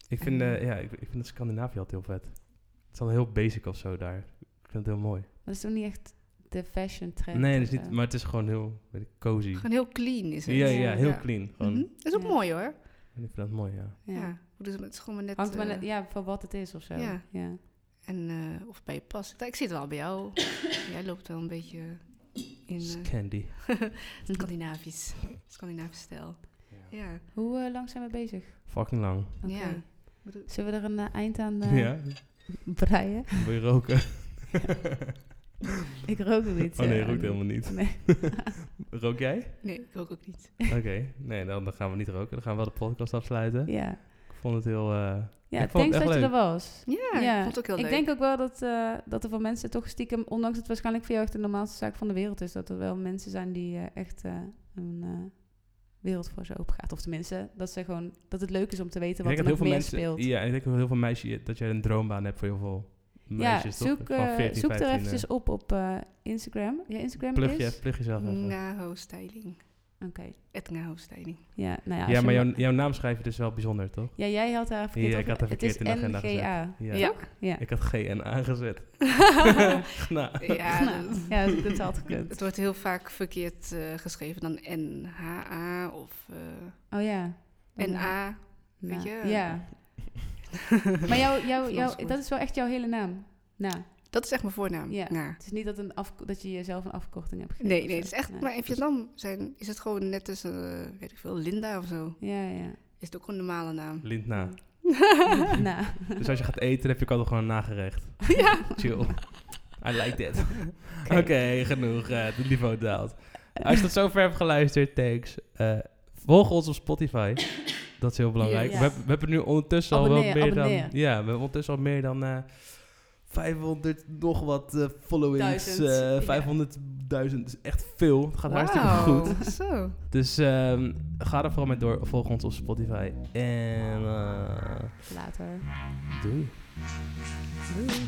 Speaker 2: Ik vind, eh, ja, ik, ik vind Scandinavië altijd heel vet. Het is al heel basic of zo daar. Ik vind het heel mooi.
Speaker 3: Dat is toch niet echt de fashion trend?
Speaker 2: nee, dat
Speaker 3: of
Speaker 2: is niet,
Speaker 3: zo?
Speaker 2: maar het is gewoon heel weet ik, cozy.
Speaker 1: Gewoon heel clean is het.
Speaker 2: Ja,
Speaker 3: Ja.
Speaker 2: ja, heel
Speaker 1: Ja.
Speaker 2: clean. Gewoon,
Speaker 1: Mhm. Dat is ook
Speaker 3: Ja.
Speaker 1: mooi hoor.
Speaker 2: en Ik vind dat mooi, ja.
Speaker 1: Ja.
Speaker 3: Ja.
Speaker 1: Hoe doen ze het? Het is gewoon maar net...
Speaker 3: Hangt maar
Speaker 1: eh,
Speaker 3: net- ja, voor wat het is of zo.
Speaker 1: Ja.
Speaker 3: Ja.
Speaker 1: en, eh, of bij je past. Ik zit wel bij jou. Jij loopt wel een beetje in eh,
Speaker 2: Candy.
Speaker 1: Scandinavisch. Scandinavisch stijl. Ja.
Speaker 3: Hoe eh, lang zijn we bezig?
Speaker 2: Fucking lang.
Speaker 3: Oké.
Speaker 1: Ja. Bedoel-
Speaker 3: Zullen we er een eh, eind aan eh,
Speaker 2: Ja,
Speaker 3: breien?
Speaker 2: wil je roken?
Speaker 3: Ik rook er iets.
Speaker 2: Oh nee, je
Speaker 3: eh,
Speaker 2: rookt helemaal niet.
Speaker 3: Nee.
Speaker 2: Rook jij?
Speaker 1: Nee, ik ook ook niet.
Speaker 2: Oké, nee, dan, dan gaan we niet roken. Dan gaan we wel de podcast afsluiten.
Speaker 3: Ja,
Speaker 2: Ik vond het heel... eh,
Speaker 3: ja
Speaker 2: Ik vond het
Speaker 3: thanks
Speaker 2: echt
Speaker 3: dat je
Speaker 2: leuk.
Speaker 3: er was.
Speaker 1: Ja,
Speaker 3: Ja,
Speaker 1: ik vond het ook heel leuk.
Speaker 3: Ik denk ook wel dat, eh, dat er voor mensen toch stiekem, ondanks dat het waarschijnlijk voor jou echt de normaalste zaak van de wereld is, dat er wel mensen zijn die eh, echt eh, een eh, wereld voor ze open gaat. Of tenminste, dat, ze gewoon, dat het leuk is om te weten
Speaker 2: ik
Speaker 3: wat
Speaker 2: denk
Speaker 3: er
Speaker 2: dat
Speaker 3: nog
Speaker 2: heel
Speaker 3: meer
Speaker 2: veel mensen...
Speaker 3: speelt.
Speaker 2: Ja, ik denk dat heel veel meisjes... Dat jij een droombaan hebt voor heel veel meisjes,
Speaker 3: ja,
Speaker 2: toch?
Speaker 3: zoek,
Speaker 2: Van
Speaker 3: eh,
Speaker 2: 14,
Speaker 3: zoek er
Speaker 2: 15,
Speaker 3: eventjes
Speaker 2: eh.
Speaker 3: op op eh, Instagram. Ja, Instagram
Speaker 2: Plug,
Speaker 3: is... Nou,
Speaker 2: je, plug jezelf even.
Speaker 1: Naho Styling.
Speaker 3: Oké.
Speaker 1: Het Naho Styling.
Speaker 3: Ja, nou ja, als
Speaker 2: ja,
Speaker 3: je
Speaker 2: maar
Speaker 3: ma-
Speaker 2: jouw, jouw naam schrijven is wel bijzonder, toch?
Speaker 3: ja, jij had daar verkeerd
Speaker 2: Ja, ik
Speaker 3: over-
Speaker 2: had daar verkeerd in de agenda
Speaker 3: Het is NGA.
Speaker 2: Ja.
Speaker 1: Ja.
Speaker 3: Ja.
Speaker 2: Ik had GN aangezet. nou,
Speaker 1: Ja,
Speaker 3: Nou, ja, dat het had gekund.
Speaker 1: het wordt heel vaak verkeerd eh, geschreven dan NHA of eh,
Speaker 3: Oh ja.
Speaker 1: NA.
Speaker 3: Na.
Speaker 1: weet je?
Speaker 3: Nou, Ja. maar jou, jou,
Speaker 1: Van
Speaker 3: jou,
Speaker 1: ons goed.
Speaker 3: dat is wel echt jouw hele naam. Na.
Speaker 1: Dat is echt mijn voornaam.
Speaker 3: Ja.
Speaker 1: Na.
Speaker 3: Het is niet dat, een af, dat je jezelf een afkorting hebt gegeven.
Speaker 1: Nee,
Speaker 3: of
Speaker 1: nee, het
Speaker 3: zo.
Speaker 1: is echt. Maar in Vietnam zijn, is het gewoon net als, eh, weet ik veel, Linda of zo.
Speaker 3: Ja, ja.
Speaker 1: Is het ook een normale naam?
Speaker 2: Lindna.
Speaker 3: Na.
Speaker 2: Dus als je gaat eten, heb je ook altijd gewoon een nagerecht.
Speaker 1: ja.
Speaker 2: Chill. I like that. Oké, genoeg. eh, Het niveau daalt. Als je tot zover hebt geluisterd, thanks. Eh, volg ons op Spotify. Dat is heel belangrijk.
Speaker 3: Ja.
Speaker 2: We, hebben, we hebben nu ondertussen al wel
Speaker 3: Abonneer,
Speaker 2: meer
Speaker 3: abonneer.
Speaker 2: dan... Ja, we hebben ondertussen al meer dan... eh 500 nog wat eh, followings.
Speaker 3: Duizend,
Speaker 2: eh,
Speaker 3: ja.
Speaker 2: 500.000. is echt veel. Het gaat hartstikke goed.
Speaker 1: Wauw, Zo.
Speaker 2: Dus ehm, ga er vooral mee door. Volg ons op Spotify. En eh
Speaker 3: Later.
Speaker 2: doei.
Speaker 3: Doei.